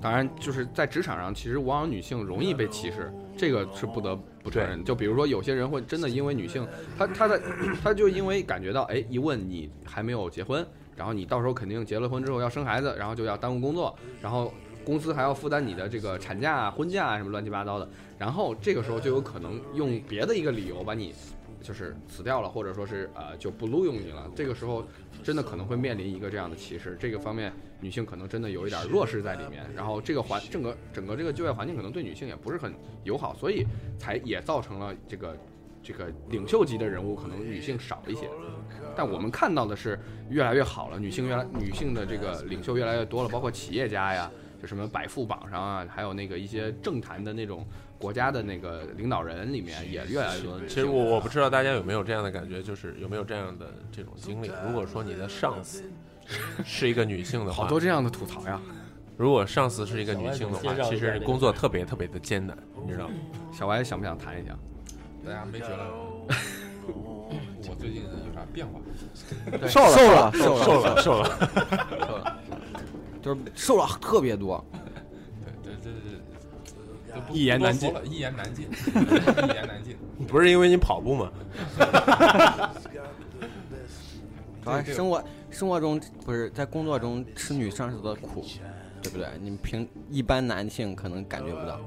B: 当然，就是在职场上，其实往往女性容易被歧视，这个是不得不承认。就比如说，有些人会真的因为女性，她她 在她就因为感觉到，哎，一问你还没有结婚，然后你到时候肯定结了婚之后要生孩子，然后就要耽误工作，然后公司还要负担你的这个产假、啊、婚假啊什么乱七八糟的，然后这个时候就有可能用别的一个理由把你。就是辞掉了，或者说是呃就不录用你了，这个时候真的可能会面临一个这样的歧视。这个方面，女性可能真的有一点弱势在里面。然后这个环整个整个这个就业环境可能对女性也不是很友好，所以才也造成了这个这个领袖级的人物可能女性少一些。但我们看到的是越来越好了，女性越来女性的这个领袖越来越多了，包括企业家呀，就就什么百富榜上啊，还有那个一些政坛的那种国家的那个领导人里面，也越来越多。
C: 其实我我不知道大家有没有这样的感觉，就是有没有这样的这种经历。如果说你的上司是一个女性的话，
B: 好多这样的吐槽呀。
C: 如果上司是一个女性的
E: 小
C: 话
E: 外总介，绍
C: 其
E: 一下
C: 实
E: 这个
C: 工作特别特别的艰难，你知道吗？
B: 小歪想不想谈一下？
H: 大家没觉得我最近有啥变化？
D: 瘦了瘦了瘦了，
C: 瘦了瘦了，
D: 就是瘦了特别多。
H: 对对对对对，都不
B: 一言难尽
H: 不多说了一言难尽， 一言难尽。
C: 不是因为你跑步吗？
D: 主要生活生活中不是在工作中吃女上司的苦，对不对？你们平一般男性可能感觉不到。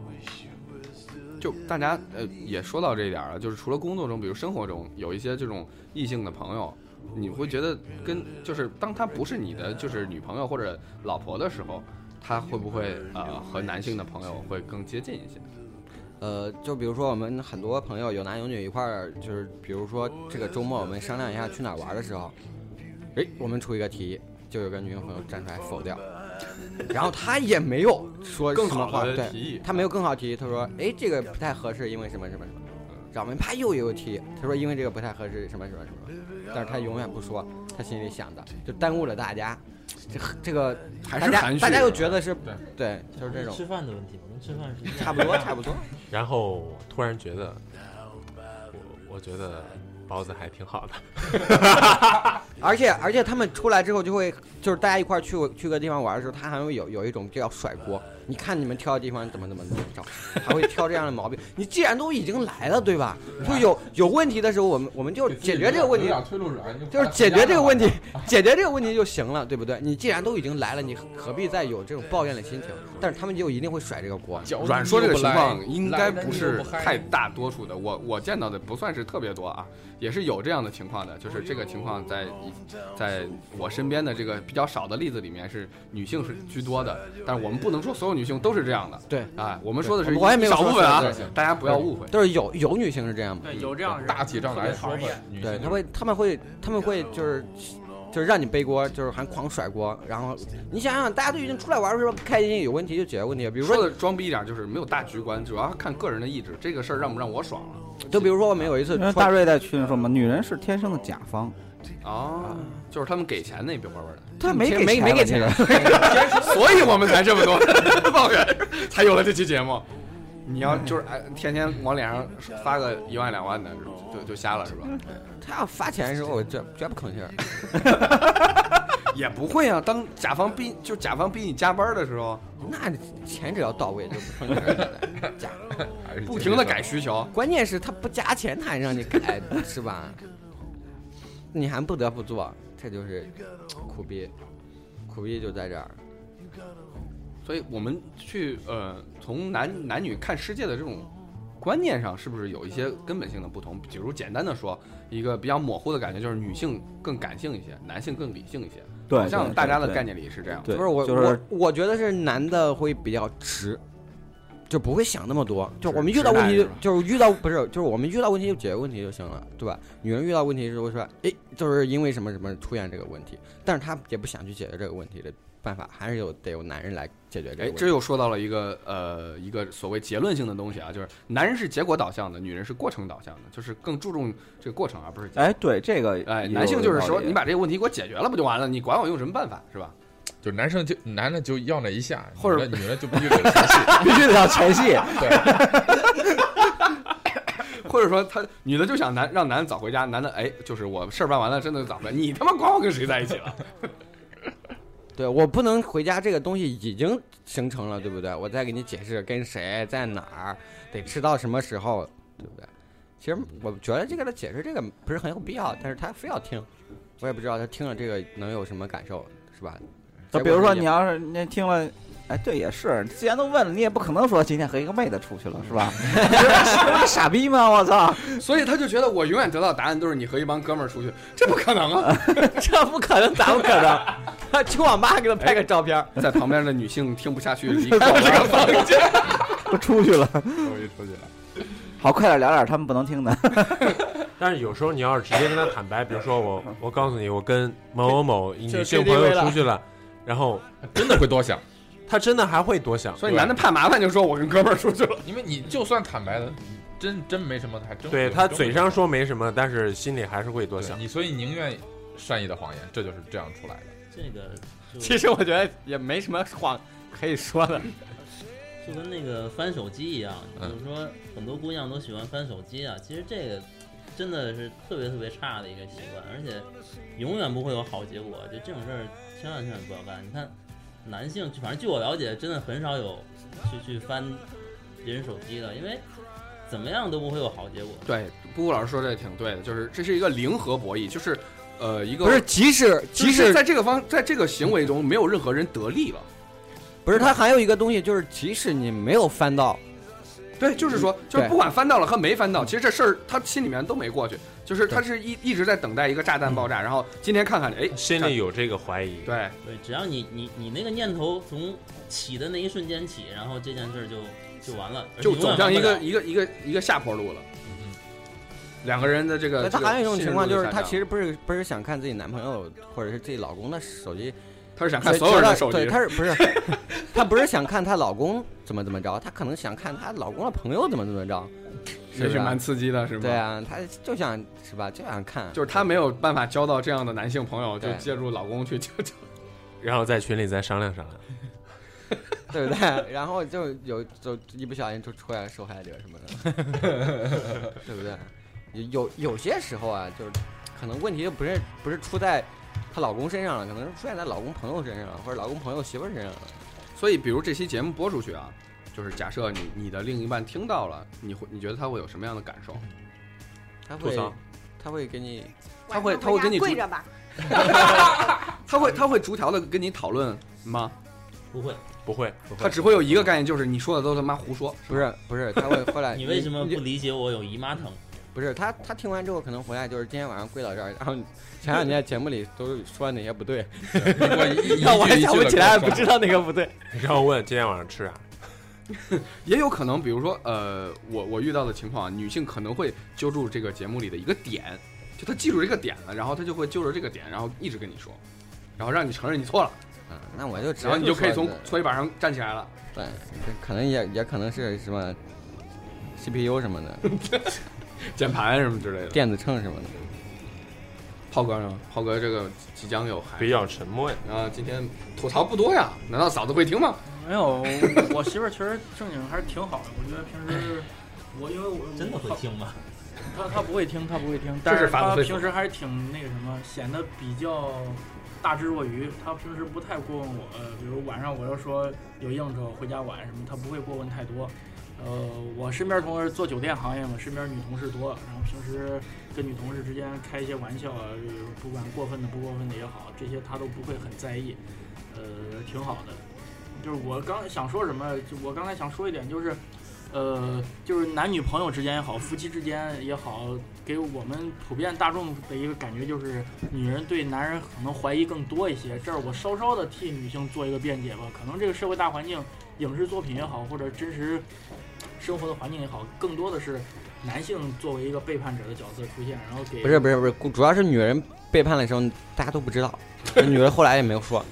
B: 就大家呃也说到这一点儿了，就是除了工作中，比如生活中有一些这种异性的朋友，你会觉得跟就是当她不是你的就是女朋友或者老婆的时候，她会不会呃和男性的朋友会更接近一些？
D: 呃，就比如说我们很多朋友有男有女一块儿，就是比如说这个周末我们商量一下去哪儿玩的时候，哎，我们出一个提议，就有个女性朋友站出来否 掉，然后她也没有说什
B: 更
D: 么
B: 好
D: 话，
B: 的
D: 对
B: 提，议
D: 她没有更好的提议，她说哎这个不太合适，因为什么什么什么，然后我们啪又有个提议，她说因为这个不太合适，什么什么什么，但是她永远不说她心里想的，就耽误了大家，这这个
B: 还
D: 大
B: 是
D: 家
B: 含蓄？
D: 大家又觉得是对，就是这种
E: 吃饭的问题，我跟吃饭是一样的
D: 差不多差不多。
C: 然后突然觉得，我我觉得包子还挺好的。
D: 而且而且他们出来之后就会，就是大家一块儿去去个地方玩的时候，他还会有有一种就要甩锅。你看你们挑的地方怎么怎么怎么着，还会挑这样的毛病。你既然都已经来了，对吧？就有有问题的时候，我们我们就解决这个问题，
H: 推路软
D: 就是解决这个问题，解决这个问题就行了，对不对？你既然都已经来了，你何必再有这种抱怨的心情？但是他们就一定会甩这个锅。
B: 软说这个情况应该不是太大多数的，我我见到的不算是特别多啊，也是有这样的情况的，就是这个情况在在我身边的这个比较少的例子里面是女性是居多的，但是我们不能说所有女性都是这样的，
D: 对，
B: 哎，我们说的是
D: 我我也没有
B: 少部分啊
D: 说是，
B: 大家不要误会。
D: 都是有有女性是这样吗？
F: 对，有这样的人
H: 大体上来说
F: 特
H: 吧
F: 别讨厌，
H: 女
D: 对，
H: 性
D: 他会，他们会，他们会就是，就是让你背锅，就是还狂甩锅。然后你想想，大家都已经出来玩的时候不开心，有问题就解决问题。比
B: 比
D: 如
B: 如
D: 说，
B: 说的装逼一点，就是没有大局观，主要看个人的意志，这个事儿让不让我爽了
D: 就比如说我们有一次
G: 因为
D: 出
G: 大瑞在群里说嘛，女人是天生的甲方，
D: 嗯
B: 啊，就是他们给钱那边玩玩的，
G: 他没
D: 其实
G: 给
D: 哦没没给钱
G: 钱吧，
B: 所以我们才这么多 抱怨，才有了这期节目。你要就是哎，天天往脸上发个一万两万的，就就瞎了 是吧？
D: 他要发钱的时候，我绝绝不吭气儿。
B: 也不会啊，当甲方逼就甲方逼你加班的时候，
D: 那钱只要到位就不吭气儿， 加。
H: 还是
B: 不停的改需求，
D: 关键是他不加钱，他还让你改，是吧？你还不得不做，这就是苦逼，苦逼就在这儿。
B: 所以我们去呃，从男男女看世界的这种观念上，是不是有一些根本性的不同？比如简单的说，一个比较模糊的感觉就是女性更感性一些，男性更理性一些，
G: 对，
B: 好像大家的概
G: 念，
B: 念里是这样。
G: 对，
D: 不是我，
G: 就是
D: 我我觉得是男的会比较直，就不会想那么多。就
B: 直
D: 我们遇到问题就就
B: 直男是吧，
D: 是遇到不是，就是我们遇到问题就解决问题就行了，对吧？女人遇到问题是会说，哎，就是因为什么什么出现这个问题，但是她也不想去解决这个问题的办法，还是有得有男人来解决这个，
B: 哎
D: 问
B: 这
D: 题。
B: 又说到了一个呃一个所谓结论性的东西啊，就是男人是结果导向的，女人是过程导向的，就是更注重这个过程而不是结。
G: 哎，对这个，
B: 哎，男性就是说，你把这个问题给我解决了不就完了？你管我用什么办法是吧？
H: 就是男生就男的就要那一下，
B: 或者
H: 女的女的就必须得前戏。
G: 必须得要前戏，
H: 对，
B: 或者说他女的就想男让男的早回家，男的哎就是我事儿办完了真的早回家，你他妈管我跟谁在一起了？
D: 对我不能回家，这个东西已经形成了，对不对？我再给你解释跟谁在哪儿，得吃到什么时候，对不对？其实我觉得这个的解释这个不是很有必要，但是他非要听，我也不知道他听了这个能有什么感受，是吧？
G: 就比如说你要是那听了。哎，对，也是，既然都问了，你也不可能说今天和一个妹子出去了，是吧？你是不是傻逼吗？我操，
B: 所以他就觉得我永远得到答案都是你和一帮哥们儿出去，这不可能啊！
D: 这不可能，咋不可能？他去网吧给他拍个照片，
B: 哎在旁边的女性听不下 去，离开了这个房间。
G: 都出去了，
H: 我一出去了。
G: 好，快点聊点他们不能听的。
C: 但是有时候你要是直接跟他坦白，比如说我，我告诉你，我跟某某某女性朋
F: 就是 KTV
C: 友
F: 了
C: 出去了，然后
H: 真的会多想，
C: 他真的还会多想。
B: 所以男的怕麻烦就说我跟哥们儿出去了，
H: 因为你就算坦白了，真真没什么，还真
C: 对
H: 会
C: 他
H: 真会
C: 嘴上说没什么，但是心里还是会多
H: 对
C: 想。
H: 你，所以宁愿善意的谎言，这就是这样出来的。
E: 这个就
D: 其实我觉得也没什么话可以说的。
E: 就跟那个翻手机一样，
H: 嗯
E: 就是说很多姑娘都喜欢翻手机啊，其实这个真的是特别特别差的一个习惯，而且永远不会有好结果。就这种事儿，千万千万不要干。你看，男性反正据我了解，真的很少有去去翻别人手机的，因为怎么样都不会有好结果。
B: 对，布布老师说这挺对的，就是这是一个零和博弈，就是呃一个
D: 不是，，即使
B: 即
D: 即
B: 使
D: 使
B: 在这个方在这个行为中，没有任何人得利了。
D: 不是，它还有一个东西，就是即使你没有翻到，
B: 对，就是
D: 嗯
B: 说，就是不管翻到了和没翻到，其实这事儿他心里面都没过去，就是他是一一直在等待一个炸
D: 嗯
B: 弹爆炸，然后今天看看，哎，
C: 心里有这个怀疑，
B: 对，
E: 对，只要你你你那个念头从起的那一瞬间起，然后这件事儿就就完了，而
B: 就
E: 且永
B: 走
E: 远
B: 向一
E: 忘不
B: 个
E: 了
B: 一个一个一个下坡路了。
H: 嗯
B: 两个人的这
D: 它
B: 个，呃这个
D: 还有一种
B: 信
D: 情
B: 任
D: 况
B: 度
D: 就是，
B: 下
D: 她
B: 降
D: 其实不是不是想看自己男朋友或者是自己老公的手机，
B: 他是想看啊所有人的手
D: 对，
B: 机，
D: 她是不是 她不是想看她老公怎么怎么着，她可能想看她老公的朋友怎么怎么着，是
B: 也
D: 不
B: 是
D: 是啊
B: 蛮？刺激的，是吗？
D: 对啊，她就想是吧，就想看，
B: 就是她没有办法交到这样的男性朋友，就
D: 对
B: 借助老公去就就
C: 然后在群里再商量商量。
D: 对不对？ 然后就有就一不小心就出来受害者什么的， 对不对？有有有些时候啊，就是可能问题就不是不是出在她老公身上了，可能是出现在老公朋友身上了，或者老公朋友媳妇儿身上了。
B: 所以，比如这期节目播出去啊，就是假设你你的另一半听到了，你会你觉得他会有什么样的感受？
I: 嗯
D: 他
C: 吐
D: 会
C: 槽
D: 他会给你
B: 他会
I: 晚上
B: 他会
I: 回
B: 跟
I: 家
B: 你
I: 跪
B: 出
I: 着吧，
B: 他会他会逐条的跟你讨论吗？
E: 不会。
C: 不会，
B: 他只会有一个概念，就是你说的都他妈胡说。
D: 不是不是，他会回
B: 哎
D: 来
E: 你为什么
D: 你
E: 不理解我有姨妈疼？
D: 不是他他听完之后可能回来就是今天晚上跪到这儿，然 后前两天节目里都说哪些不 对，
H: 我 一
D: 那我还
H: 一句
D: 想
H: 一句
D: 不起来，不
H: 地跟我说
D: 知道哪个不对。
C: 然后问今天晚上吃啥、
B: 也有可能，比如说，呃，我我遇到的情况啊，女性可能会揪住这个节目里的一个点，就她记住这个点了，然后她就会揪着这个点，然后一直跟你说，然后让你承认你错了，
D: 嗯，那我就直接
B: 然后你就可以
D: 说
B: 从
D: 对
B: 搓衣板上站起来了。
D: 对，这可能也也可能是什么 CPU 什么的，
B: 键盘什么之类的。
D: 电子秤什么的。
B: 炮哥呢？炮哥这个即将有孩
C: 比较沉默呀。
B: 子啊，今天吐槽不多呀？难道嫂子会听吗？
F: 没有，我媳妇儿其实正经还是挺好的，我觉得平时我因为我
E: 真的会
F: 她
E: 听吗？
F: 她她不会听，她不会听，
B: 这
F: 但
B: 是
F: 是
B: 法子
F: 她
B: 会说
F: 平时还是挺那个什么，显得比较大智若愚。她平时不太过问我，呃，比如晚上我要说有应酬回家晚什么，她不会过问太多。呃，我身边同事做酒店行业嘛，身边女同事多，然后平时跟女同事之间开一些玩笑啊，就是不管过分的不过分的也好，这些她都不会很在意，呃，挺好的。就是我刚想说什么，就我刚才想说一点就是，呃，就是男女朋友之间也好，夫妻之间也好，给我们普遍大众的一个感觉就是，女人对男人可能怀疑更多一些。这儿我稍稍的替女性做一个辩解吧，可能这个社会大环境，影视作品也好，或者真实生活的环境也好，更多的是男性作为一个背叛者的角色出现，然后给
D: 不是不是不是，主要是女人背叛的时候大家都不知道，女人后来也没有 说。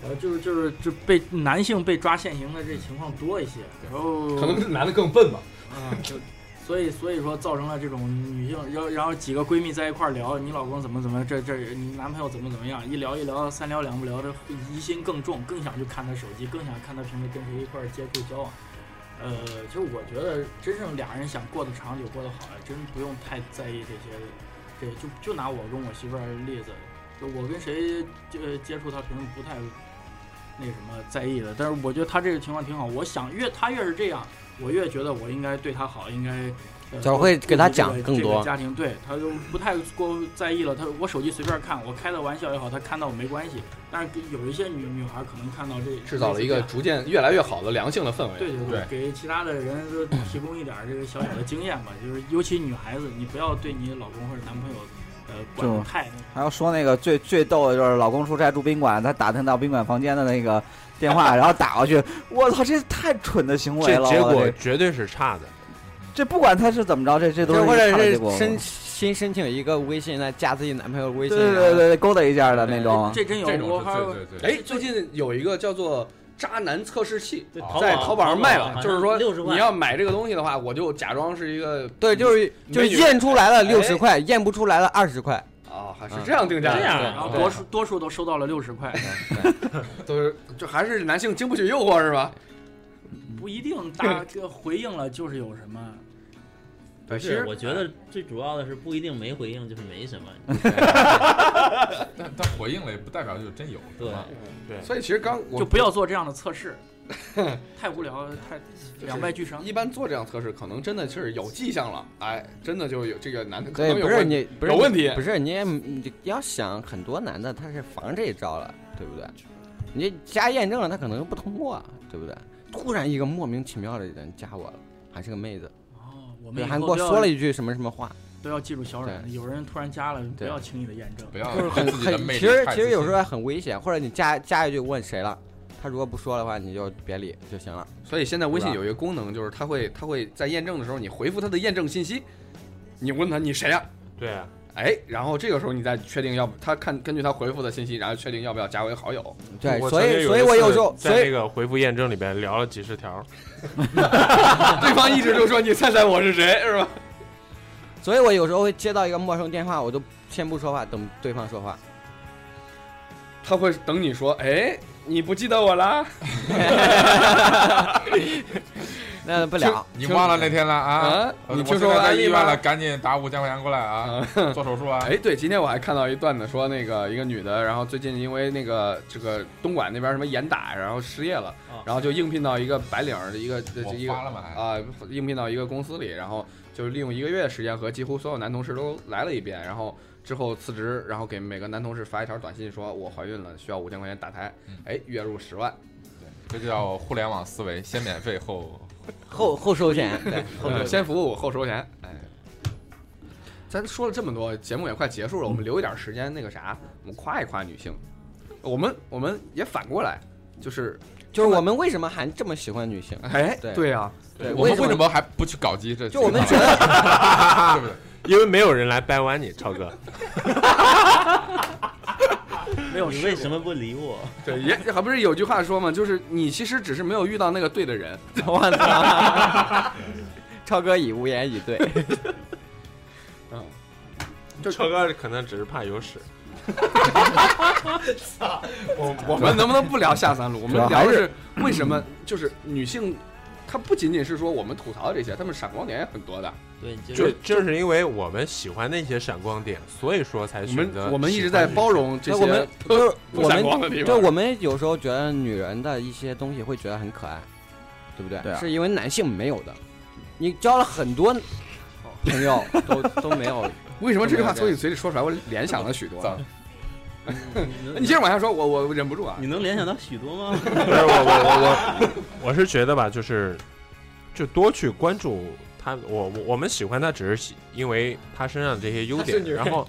F: 呃，就是就是就被男性被抓现行的这情况多一些，然后
B: 可能男的更笨吧。
F: 啊，就所以所以说造成了这种女性，然后然后几个闺蜜在一块儿聊，你老公怎么怎么，这这你男朋友怎么怎么样，一聊一聊，三聊两不聊，这疑心更重，更想去看他手机，更想看他平时跟谁一块儿接触交往。呃，其实我觉得真正俩人想过得长久、过得好呀，真不用太在意这些。这就就拿我跟我媳妇儿例子，就我跟谁呃接触，她平时不太那什么在意的，但是我觉得她这个情况挺好。我想越她越是这样，我越觉得我应该对她好，应该。呃
D: 就是会给她讲
F: 顾及这个
D: 更多
F: 这个家庭对她就不太过在意了。她我手机随便看，我开的玩笑也好，她看到我没关系。但是有一些女女孩可能看到这
B: 制造了一个逐渐越来越好的良性的氛围。
F: 对对对，给其他的人都提供一点儿这个小小的经验吧，就是尤其女孩子，你不要对你老公或者男朋友，呃，管
G: 就
F: 得太
G: 还有说那个最最逗的就是老公出差住宾馆，他打听到宾馆房间的那个电话，然后打过去，我操，这太蠢的行为
C: 这
G: 了！
C: 结
G: 我
C: 果
G: 这
C: 绝对是差的。
G: 这不管他是怎么着，这这都是
D: 或
G: 一
D: 者
G: 个差的
D: 是
G: 结果
D: 申新申请一个微信来加自己男朋友微
G: 对
D: 信，啊
G: 对对对，勾搭一下的那种
F: 那。。这真有
H: 这种
F: 我
H: 是
F: 还
H: 对对对，
B: 哎，最近有一个叫做渣男测试器，
E: 对
B: 在
E: 淘
B: 淘宝上卖
E: 好
B: 了。
E: 像
B: 就是说，
E: 60万
B: 你要买这个东西的话，我就假装是一个
D: 对，就是就
B: 美
D: 是
B: 女
D: 验出来了
B: 哎
D: 六十块，验不出来了二十块，
B: 啊，还是这样定价的，
E: 这样啊
F: 然后
B: 对
F: 多数多数都收到了六十块，
B: 都是就还是男性经不起诱惑是吧？
D: 嗯
F: 不一定大这个回应了就是有什 么。
B: 对，
E: 不
B: 其
E: 是，
B: 实
E: 我觉得最主要的是不一定没回应，就是没 什么。
H: 但但回应了也不代表就真有，
E: 对
H: 是吧？
B: 所以其实刚我
F: 就不要做这样的 测试，太无聊，了，太两败俱伤。
B: 一般做这样测试，可能真的是有迹象了，哎，真的就有这个男的可
D: 对，
B: 能
D: 不
B: 有
D: 是
B: 问题。
D: 你不是
B: 有
D: 你
B: 问题
D: 不是你也你你要想很多男的他是防这一招了，对不对？你加验证了，他可能就不通过，对不对？突然一个莫名其妙的人加我了，还是个妹子，
F: 哦，我们
D: 对，
F: 以
D: 还
F: 后
D: 给
F: 都
D: 我
F: 要
D: 说了一句什么什么话，
F: 都要记住小软，
D: 对
F: 有人突然加了，不
D: 对
F: 要轻易的验证。
H: 不要
D: 就是
H: 对
D: 很
H: 自己的
D: 很，
H: 魅
D: 其
H: 力太
D: 实
H: 自信。
D: 其实有时候还很危险，或者你加加一句问谁了，他如果不说的话，你就别理就行了。
B: 所以现在微信有一个功能，就是它会它会在验证的时候，你回复他的验证信息，你问他你谁呀、
C: 对啊，
B: 哎，然后这个时候你再确定要不他看根据他回复的信息，然后确定要不要加为好 友。
D: 对，
C: 我
D: 所
C: 曾
D: 以
C: 经
D: 所以
C: 一
D: 我有
C: 次
D: 时候所
C: 在那
D: 以
C: 个回复验证里边聊了几十条，
B: 对方一直就说你猜猜我是谁是吧？
D: 所以我有时候会接到一个陌生电话，我都先不说话，等对方说话。
B: 他会等你说，哎，你不记得我啦？
D: 那不
H: 听
D: 了，
H: 你忘了那天了啊
B: 啊？
H: 我
B: 你
H: 我
B: 听
H: 现
B: 说
H: 在在
B: 安利
H: 医院
B: 吗
H: 了，赶紧打五千块钱过来啊，做手术啊！
B: 哎，对，今天我还看到一段子，说那个一个女的，然后最近因为那个这个东莞那边什么严打，然后失业了
E: 啊，
B: 然后就应聘到一个白领儿的一个这
H: 我
B: 这一个
H: 花了嘛还
B: 啊、应聘到一个公司里，然后就是利用一个月的时间和几乎所有男同事都来了一遍，然后之后辞职，然后给每个男同事发一条短信说我怀孕了，需要五千块钱打胎
H: 嗯，
B: 哎，月入十万，
H: 这就叫互联网思维，先免费后
D: 后后收钱。对，后
B: 呃 先服务后收钱，哎。咱说了这么多，节目也快结束了，我们留一点时间那个啥，我们夸一夸女性。我们我们也反过来，就是
D: 就是我们为什么还这么喜欢女性？
B: 哎，
D: 对
B: 啊，
D: 对，
H: 我们
D: 为
H: 为什
D: 什
H: 么还不去搞基？这
D: 就我们
H: 这
D: 觉得，
H: 对不对？
C: 因为没有人来掰弯你，超哥。
F: 没有
E: 你
F: 试
E: 为
F: 过
E: 什么不 理我？
B: 对，也还不是有句话说嘛，就是你其实只是没有遇到那个对的人。
D: 我操！超哥已无言以对。
C: 超哥可能只是怕有屎。
B: 我我们能不能不聊下三路？我们
G: 主要
B: 聊
G: 还
B: 的
G: 是
B: 是为什么就是女性，她不仅仅是说我们吐槽这些，她们闪光点也很多的。
E: 对，就
C: 就是正是因为我们喜欢那些闪光点，所以说才
B: 我
C: 选择
B: 们我们一直在包容这
D: 那我
B: 些
D: 们就是
B: 不
D: 我
B: 闪
D: 们
B: 光的地
D: 对，
B: 方。
D: 我们有时候觉得女人的一些东西会觉得很可爱，对不对？
G: 对啊
D: 是因为男性没有的。你交了很多朋友都都没有，
B: 为什么这句话从你嘴里说出来，我联想了许多？
E: 你能
B: 你接着往下说，我我我忍不住啊
E: 你。能联想到许多吗？
C: 不 是我我我我我是觉得吧，就是就多去关注他，我我我们喜欢他，只是喜因为他身上的这些优
B: 她是
C: 点，
B: 女人
C: 然后。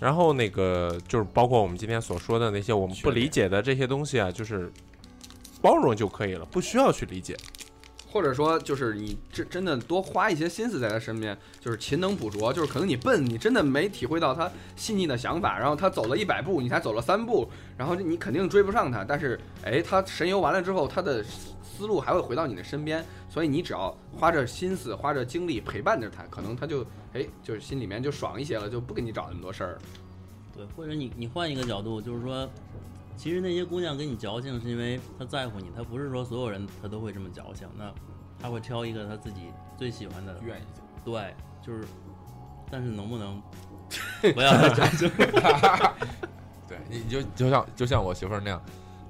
C: 然后那个就是包括我们今天所说的那些我们不理解的这些东西啊，就是包容就可以了，不需要去理解。
B: 或者说就是你真真的多花一些心思在他身边，就是勤能补拙，就是可能你笨，你真的没体会到他细腻的想法，然后他走了一百步，你才走了三步，然后你肯定追不上他，但是哎，他神游完了之后，他的思路还会回到你的身边，所以你只要花着心思、花着精力陪伴着他，可能他就哎就是心里面就爽一些了，就不给你找那么多事儿。
E: 对，或者你你换一个角度，就是说，其实那些姑娘跟你矫情，是因为她在乎你，她不是说所有人她都会这么矫情，那她会挑一个她自己最喜欢的，
H: 愿意
E: 对，就是，但是能 不能不要再矫情？
H: 对，你你就就像就像我媳妇儿那样，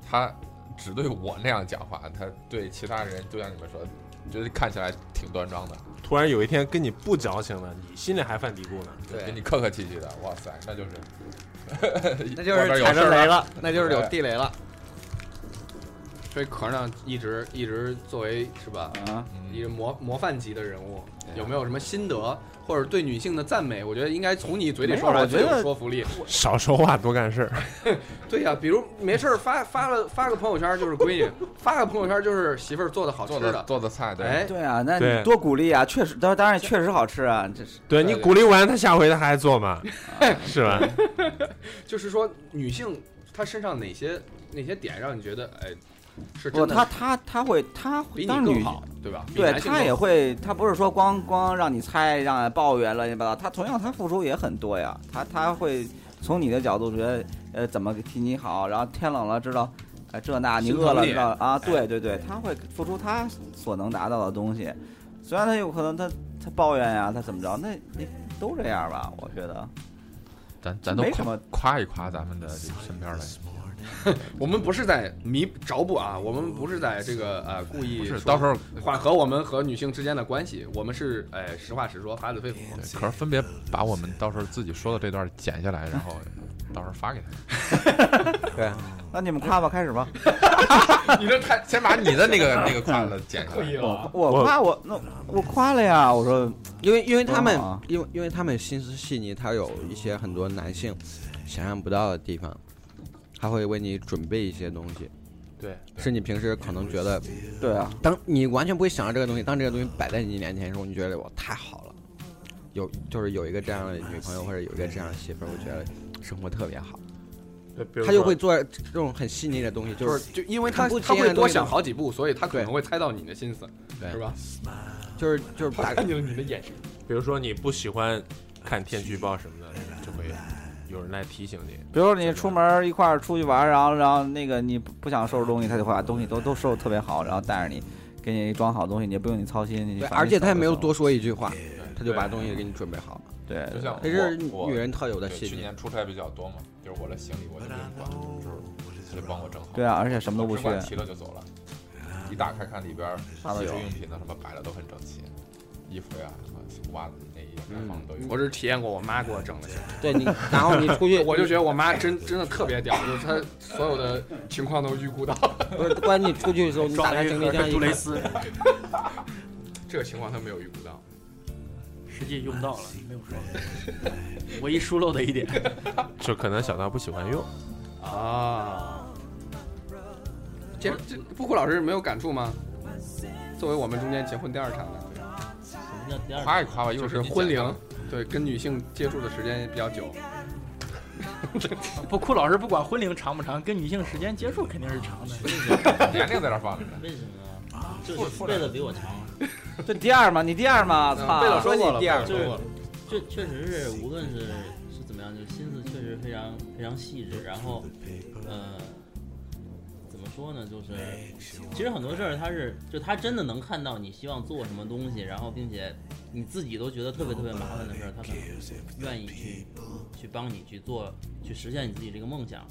H: 她只对我那样讲话，她对其他人就像你们说，的，就是看起来挺端庄的，
C: 突然有一天跟你不矫情了，你心里还犯嘀咕呢。
B: 对
H: 跟你客客气气的，哇塞，那 就是
D: 那就
H: 外边
D: 是
H: 有
D: 踩
H: 事儿
D: 着
H: 了
D: 雷了，那就是有地雷了。
B: 所以壳呢，一直一直作为是吧，
G: 啊，
B: 一
H: 嗯
B: 个模模范级的人物，
G: 对啊
B: 有没有什么心得或者对女性的赞美？我觉得应该从你嘴里说出
G: 没有啊
B: 来
G: 我觉
B: 最有
G: 得
B: 说服力。
C: 少说话多干事儿。
B: 对呀、比如没事儿发发了发个朋友圈就是闺女，发个朋友圈就是媳妇儿做的好吃
H: 做的
B: 的。
H: 做的菜，对，
B: 哎，
G: 对啊，那
C: 对
G: 你多鼓励啊，确实，当当然确实好吃啊，这是
C: 对你
B: 对
C: 鼓励完他，下回他还做 嘛，是吧？
B: 就是说女性她身上哪些哪些点让你觉得哎是
G: 不，
B: 真
G: 他
B: 的
G: 他他会他
B: 比你
G: 当然
B: 更
G: 女
B: 好，对吧？比
G: 对
B: 男性
G: 他
B: 更
G: 也
B: 好
G: 会，他不是说光光让你猜，让你抱怨乱七八糟，他同样他付出也很多呀。他他会从你的角度觉得，呃，怎么替你好，然后天冷了知道，呃，这那你
B: 心
G: 饿
B: 疼
G: 了
B: 你哎
G: 知道啊，对对对，他会付出他所能达到的东西。虽然他有可能他他抱怨呀，他怎么着，那那都这样吧，我觉得
H: 咱咱都
G: 没什
H: 夸
G: 么
H: 夸一夸咱们的这个身边的，
B: 我们不是在迷找补啊，我们不是在这个呃故意
H: 不是
B: 说
H: 到时候
B: 缓和我们和女性之间的关系，我们是哎实话实说，发自肺腑。
H: 对，可是分别把我们到时候自己说的这段剪下来，然后到时候发给他。
G: 对。那你们夸吧，开始吧。
H: 你这太哎先把你的那个那个夸的剪 下来。
G: 我我夸我那我夸了呀，我说
D: 因为因为他们
G: 多好啊，
D: 因为因为他们心思细腻，他有一些很多男性想象不到的地方，他会为你准备一些东西，
C: 对，
D: 是你平时可能觉得，
G: 对啊，
D: 当你完全不会想到这个东西，当这个东西摆在你面前的时候，你觉得我太好了，有就是有一个这样的女朋友或者有一个这样的媳妇儿，我觉得生活特别好，
C: 对
D: 他就会做这种很细腻的东西，就
B: 就是是就因为他
D: 看不
B: 他
D: 见
B: 会
D: 的
B: 多
D: 东西
B: 想
D: 都
B: 好几步，所以他可
D: 对
B: 能会猜到你的心思，
H: 对
B: 是吧？
D: 就是就是打
B: 见了你的眼神，
C: 比如说你不喜欢看天气预报什么的，就会有人来提醒你。
G: 比如说你出门一块儿出去玩儿，然后然后那个你不不想收拾东西，他就会把东西都都收拾特别好，然后带着你，给你装好东西，你也不用你操心。你
D: 对，
G: 反正
D: 而且他也没有
G: 走就
D: 多说一句话，他就把东西给你准备好了，
G: 走了
H: 就
G: 对，
H: 像
D: 这是
H: 我
D: 女人特有的
H: 对
D: 细
H: 去
D: 腻。
H: 年出差比较多嘛，就是我的行李我就不用管，就是他就帮我整好。
G: 对啊，而且什么都不
H: 我只
G: 缺
H: 管，提了就走了。一打开看里边儿
G: 啥都
H: 洗
G: 有
H: 漱用品的什么摆的都很整齐，衣服呀、什么袜子、内衣该放的都有。
B: 嗯我是体验过我妈给我整的，
D: 对你，然后你出去，
B: 我就觉得我妈真真的特别屌，就是她所有的情况都预估到，
D: 不是，关键你出去的时候，你打开行李箱一
F: 杜蕾
D: 看，
F: 斯，
B: 这个情况她没有预估到。
F: 实际用到了，没有 说，哎唯一疏漏的一点。
C: 就可能小道不喜欢用，
B: 啊，这这布库老师没有感触吗？作为我们中间结婚第二场的，
E: 什么叫第二？
B: 啊
H: 夸一夸吧，
B: 就
H: 又
B: 是
H: 你
B: 婚
H: 剪的
B: 龄，对，跟女性接触的时间比较久，
F: 不，酷老师不管婚龄长不长，跟女性时间接触肯定是长的。
H: 年龄在那儿放着呢。
E: 为什么
B: 啊
E: 呀？就是贝勒比我长，
G: 这第二嘛，你第二嘛，操！
B: 贝勒说过了
G: 第二
B: 贝勒说过了
E: 确确实是，无论是是怎么样，就心思确实非常非常细致。然后，呃，怎么说呢？就是其实很多事儿，他是就他真的能看到你希望做什么东西，然后并且你自己都觉得特别特别麻烦的事儿，他可能愿意去去帮你去做，去实现你自己这个梦想。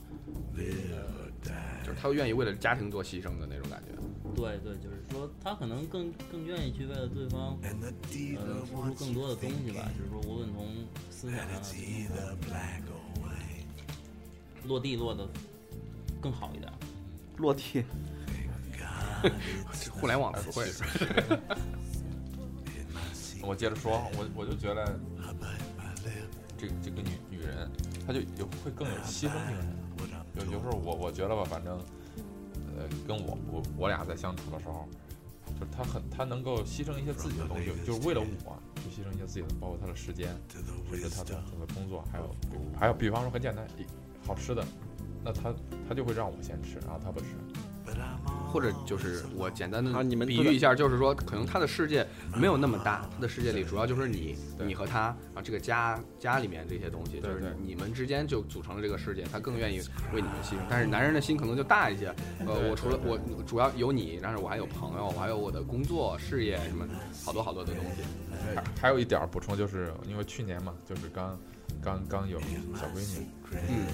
B: 就是她愿意为了家庭做牺牲的那种感觉。
E: 对对，就是说他可能更更愿意去为了对方，呃，付出更多的东西吧，就是说无论从思想上啊什么的落地落的更好一点。
G: 落地，
B: 互联网词汇，
H: 我接着说，我我就觉得这这个女女人，她就有会更有牺牲精神。有有时候我我觉得吧，反正呃，跟我我我俩在相处的时候，就是她很她能够牺牲一些自己的东西，就是为了我去牺牲一些自己的，包括她的时间，甚至她的整个工作，还有还有，比方说很简单，一好吃的，那她她就会让我先吃，然后她不吃。
B: 或者就是我简单的
D: 啊你们
B: 比喻一下，就是说，可能她的世界没有那么大，她的世界里主要就是你、
H: 对
B: 你和她啊，这个家家里面这些东西，就
H: 对
B: 是
H: 对
B: 你们之间就组成了这个世界，她更愿意为你们牺牲。但是男人的心可能就大一些，呃，
H: 对
B: 我除了
H: 对
B: 我主要有你，但是我还有朋友，我还有我的工作、事业什么好多好多的东西。
H: 还还有一点儿补充，就是因为去年嘛，就是刚刚刚有小闺女，
B: 嗯，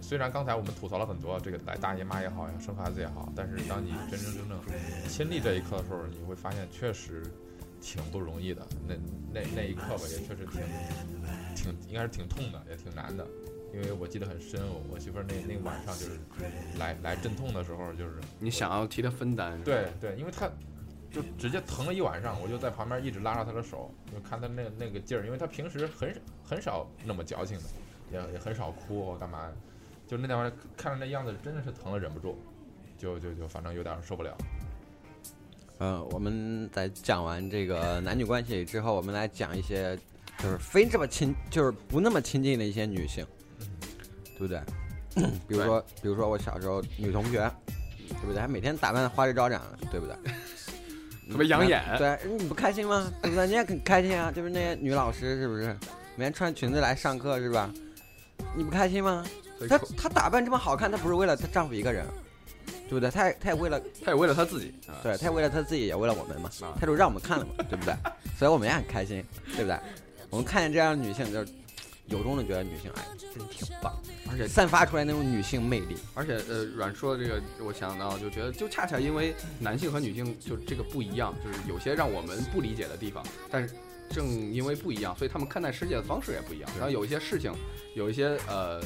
H: 虽然刚才我们吐槽了很多这个来大姨妈也好呀，生孩子也好，但是当你真真正正亲历这一刻的时候，你会发现确实挺不容易的。那那那一刻吧，也确实挺挺应该是挺痛的，也挺难的。因为我记得很深，我我媳妇儿那那晚上就是来来阵痛的时候，就是
B: 你想要替她分担，
H: 对对，因为他就直接疼了一晚上，我就在旁边一直拉着他的手，就看他那那个劲儿，因为他平时很少很少那么矫情的，也也很少哭或干嘛，就那玩意儿看着那样子，真的是疼的忍不住，就就就反正有点受不了。
D: 呃，我们在讲完这个男女关系之后，我们来讲一些就是非这么亲，就是不那么亲近的一 些女性，对不对？比如说，比如说我小时候女同学，对不对？还每天打扮得花枝招展的，对不对？
B: 特别养眼
D: 那对，你不开心吗？对不对？你也很开心啊，就是那些女老师是不是？每天穿裙子来上课是吧？你不开心吗？
B: 所以
D: 她
B: 口
D: 她打扮这么好看，她不是为了她丈夫一个人，对不对？她也她也为了，
B: 他也为了他自己啊，
D: 对，她也为了她自己，也为了我们嘛
B: 啊。
D: 她就让我们看了嘛，对不对？ 所以我们也很开心，对不对？我们看见这样的女性，就是由衷的觉得女性哎，真挺棒，
B: 而且
D: 散发出来那种女性魅力。
B: 而且呃，阮说的这个，我想到就觉得，就恰恰因为男性和女性就这个不一样，就是有些让我们不理解的地方，但是正因为不一样，所以他们看待世界的方式也不一样。然后有一些事情，有一些呃，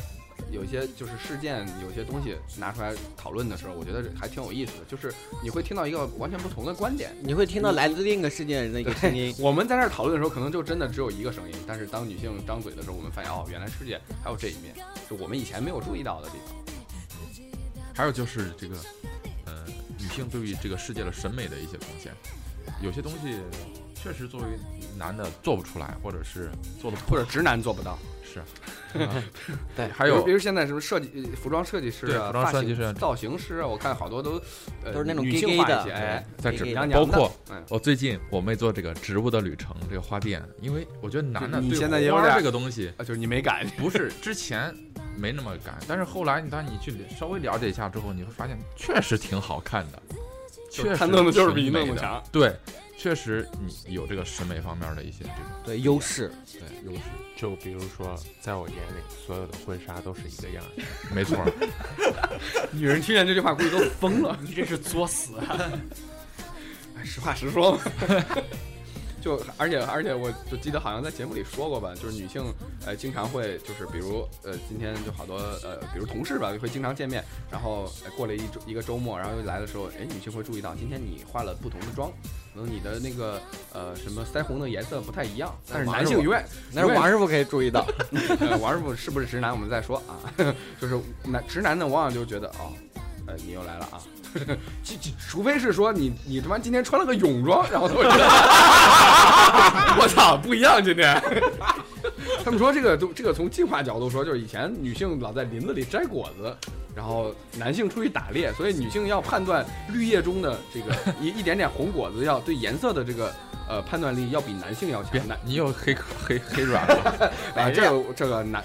B: 有一些就是事件，有些东西拿出来讨论的时候，我觉得还挺有意思的，就是你会听到一个完全不同的观点。
D: 你会听到来自另一个世界的那个声音，
B: 我们在那儿讨论的时候，可能就真的只有一个声音，但是当女性张嘴的时候，我们发现哦，原来世界还有这一面，是我们以前没有注意到的地方。
H: 还有就是这个，呃，女性对于这个世界的审美的一些贡献，有些东西确实作为男的做不出来，或者是做 的
B: 或者直男做不到，
H: 是，
D: 对
H: 还
B: 比如
H: 有
B: 比如现在什么设计、呃服装设计师
H: 对
B: 啊、
H: 服装
B: 发
H: 设
B: 型
H: 计师啊
B: 造型师啊，我看好多都呃
D: 都是那种
B: 女
D: gay
B: 性
D: gay
B: 化
D: 的
B: 一些，哎，
H: 在
D: gay
H: 直
D: gay
B: 娘
D: 的
B: 娘
H: 包
B: 的
H: 括
B: 嗯，
H: 我哦最近我妹做这个植物的旅程这个花店，因为我觉得男的
B: 你
H: 对
B: 现在也有
H: 花
B: 点
H: 这个东西
B: 啊就是你没敢，
H: 不是之前没那么感，但是后来你当你去稍微了解一下之后，你会发现确实挺好看的，确实
B: 看弄的就是比
H: 挺美
B: 弄的
H: 的
B: 强。
H: 对，确实你有这个审美方面的一些这
D: 对优势，
H: 种对优势，
C: 就比如说，在我眼里，所有的婚纱都是一个样儿。
H: 没错 儿。
B: 女人听见这句话估计都疯了，
F: 你这是作死啊！
B: 哎实话实说嘛。 就而且而且，我就记得好像在节目里说过吧，就是女性呃经常会就是比如呃今天就好多呃比如同事吧会经常见面，然后、呃过了一周一个周末，然后又来的时候，哎女性会注意到今天你化了不同的妆，可能你的那个呃什么腮红的颜色不太一样，但是
D: 王
B: 男
D: 师
B: 性
D: 傅
B: 永远
D: 那是王师傅可以注意到，
B: 呃，王师傅是不是直男，我们再说啊。 就是男直男呢，往往就觉得哦，呃，你又来了啊。 就就除非是说你你他妈今天穿了个泳装，然后他会觉得， 我操，不一样今天。 他们说这个都这个从进化角度说，就是以前女性老在林子里摘果子，然后男性出去打猎，所以女性要判断绿叶中的这个一一点点红果子要对颜色的这个呃判断力要比男性要强
H: 别。
B: 男，
H: 你又黑黑黑软了，
C: 哎
B: 啊，这个这个男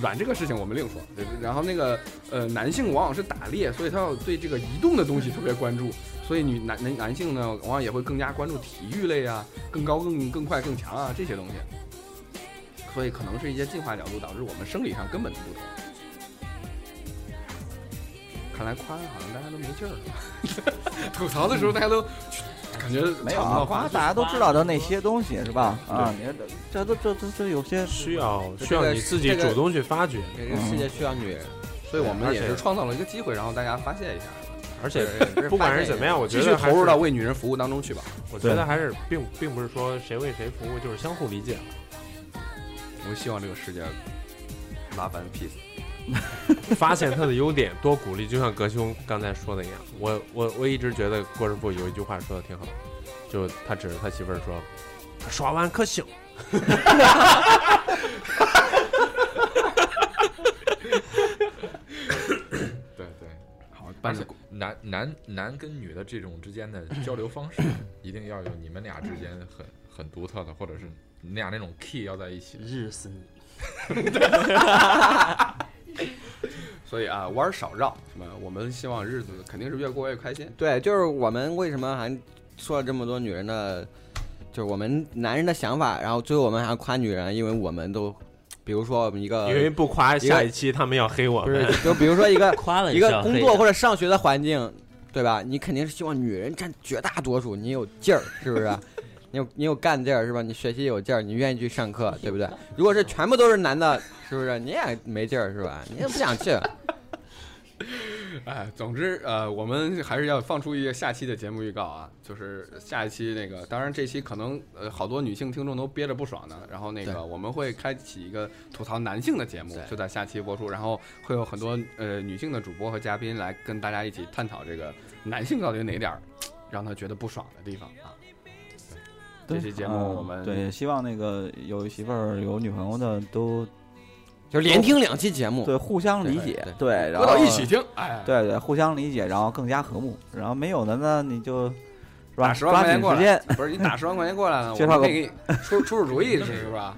B: 软这个事情我们另说。然后那个呃，男性往往是打猎，所以他要对这个移动的东西特别关注。所以女男男男性呢，往往也会更加关注体育类啊，更高、更更快、更强啊这些东西。所以可能是一些进化角度导致我们生理上根本的不同。看来夸好像大家都没劲儿了， 吐槽的时候大家都感觉
G: 没有
B: 抢不到
G: 啊，
B: 话
G: 反正大家都知道的那些东西是吧？啊，你这都这都这有些
C: 需 要
D: 这
C: 需要
D: 个
C: 你
D: 是
C: 自己
D: 这个
C: 主动去发掘，
D: 这个世界需要女人。
B: 所以我们也
C: 而
B: 是
C: 且
B: 创造了一个机会，然后大家发泄一下，
C: 而且
D: 这是
C: 不管
D: 发
C: 是
D: 现
C: 怎么样，我
B: 继
C: 觉
B: 续
C: 得还
B: 投入
C: 是
B: 到为女人服务当中去吧。
C: 我觉得还是并并不是说谁为谁服务，就是相互理解。
B: 我希望这个世界 love and peace。
C: 发现他的优点，多鼓励，就像格兄刚才说的一样，我我我一直觉得郭师傅有一句话说的挺好，就他指着他媳妇儿说，他刷完可醒，
H: 对对，好，
B: 伴
H: 而
B: 着
H: 且男男男跟女的这种之间的交流方式，一定要有你们俩之间很很独特的，或者是你俩那种 key 要在一起。
F: 嗯
E: 日死你！
B: 所以啊，玩儿少绕，什么？我们希望日子肯定是越过越开心。
D: 对，就是我们为什么还说了这么多女人的，就是我们男人的想法，然后最后我们还要夸女人，因为我们都，比如说我们一个
C: 呃因为不夸，
D: 个
C: 下一期他们要黑我
D: 不是
C: 们。，
D: 就比如说一 个
E: 夸了
D: 一个
E: 下
D: 工
E: 黑
D: 作
E: 的
D: 或者上学的环境，对吧？你肯定是希望女人占绝大多数，你有劲儿，是不是？ 你有你有干劲儿是吧？你学习有劲儿，你愿意去上课，对不对？如果是全部都是男的，是不是你也没劲儿是吧？你也不想去。
B: 哎，总之，呃，我们还是要放出一个下期的节目预告啊，就是下一期那个，当然这期可能呃好多女性听众都憋着不爽呢，然后那
D: 对
B: 个我们会开启一个吐槽男性的节目
D: 对，
B: 就在下期播出，然后会有很多呃女性的主播和嘉宾来跟大家一起探讨这个男性到底哪点儿让他觉得不爽的地方啊。这期节目
G: 嗯
B: 我们
G: 对，希望那个有媳妇儿、有女朋友的都
D: 就是连听两期节目，
G: 对，互相理
D: 嗯对
G: 解，
D: 对
G: 对，然
B: 搁
G: 后
B: 到一起，听，哎，
G: 对对，互相理解，然后更加和睦。然后没有的呢，你就抓
B: 打十万块
G: 抓
B: 钱
G: 紧
B: 过
G: 时
B: 来
G: 间，，
B: 不是你打十万块钱过来 了，我
G: 介绍
B: 们
G: 个
B: 可以给你出出出主意，是是吧？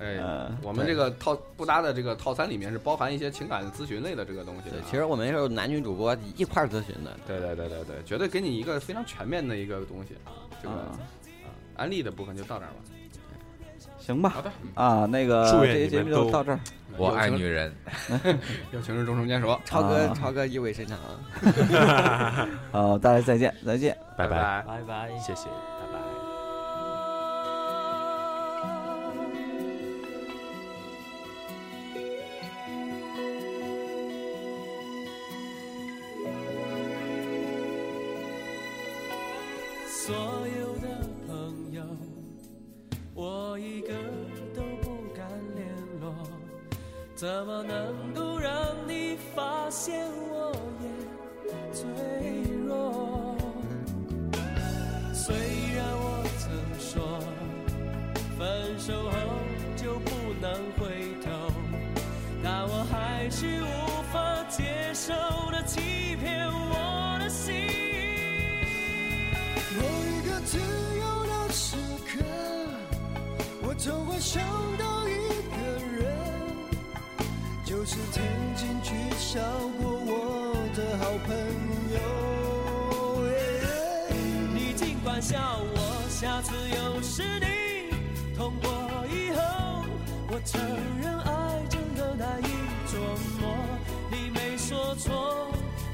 B: 哎，
G: 嗯，
B: 我们这个套布达的这个套餐里面是包含一些情感咨询类的这个东西的
D: 对
B: 啊。，
D: 其实我们是有男女主播一块儿咨询的，
B: 对对对对对，绝对给你一个非常全面的一个东西啊，这个
G: 啊
B: 安利的部分就到这儿吧。
G: 行吧，
B: 好的，嗯
G: 啊，那个
C: 祝愿
G: 这一
C: 你们
G: 节目
C: 都
G: 就到这儿，
H: 我爱
B: 有情
H: 女人，
B: 有情人终成眷属，
D: 超哥
G: 啊
D: 超哥意味深长，
G: 呃，大家再见，再见。
C: 拜拜，
B: 拜。
J: 拜拜。
C: 谢谢，拜拜。
E: 所有的朋友，我一个都不敢联络，怎么能够让你发现我也脆弱？虽然我曾说，分手后就不能回头，但我还是无法接受的欺骗我的心。某一个自由的时刻，我总会想到一个人，就是曾经取笑过我的好朋友。你尽管笑我，下次又是你痛过以后，我承认爱真的难以琢磨。你没说错，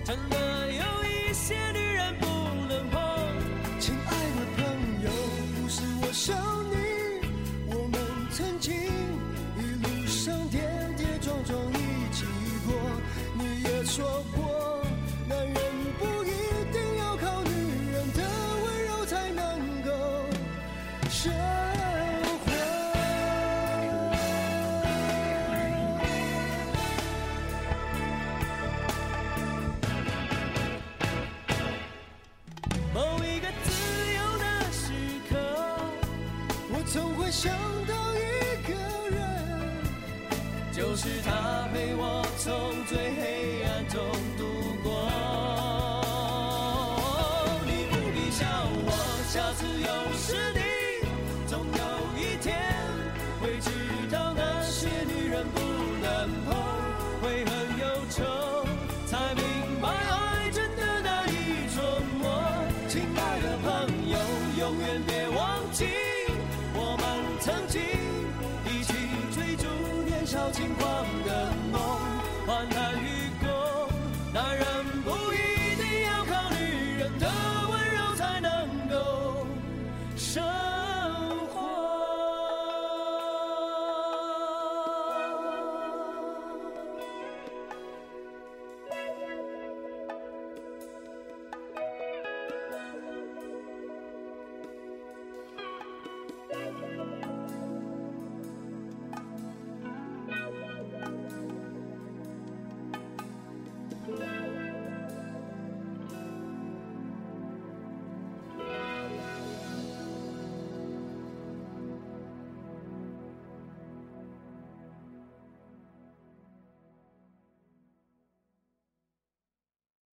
E: 真的有一些女人不能碰。亲爱的朋友，不是我想你，我们曾经一路上跌跌撞撞一起过。你也说过，男人不一定要靠女人的温柔才能够生活。某一个自由的时刻，我总会想到一个人，就是他陪我从最黑暗中度过。你不必笑我，下次又是你，总有一天会知道那些女人不能碰，会很忧愁，才明白爱真的难以琢磨。亲爱的朋友，永远别忘记，我们曾经一起追逐年少轻狂的梦，患难与共，男人不。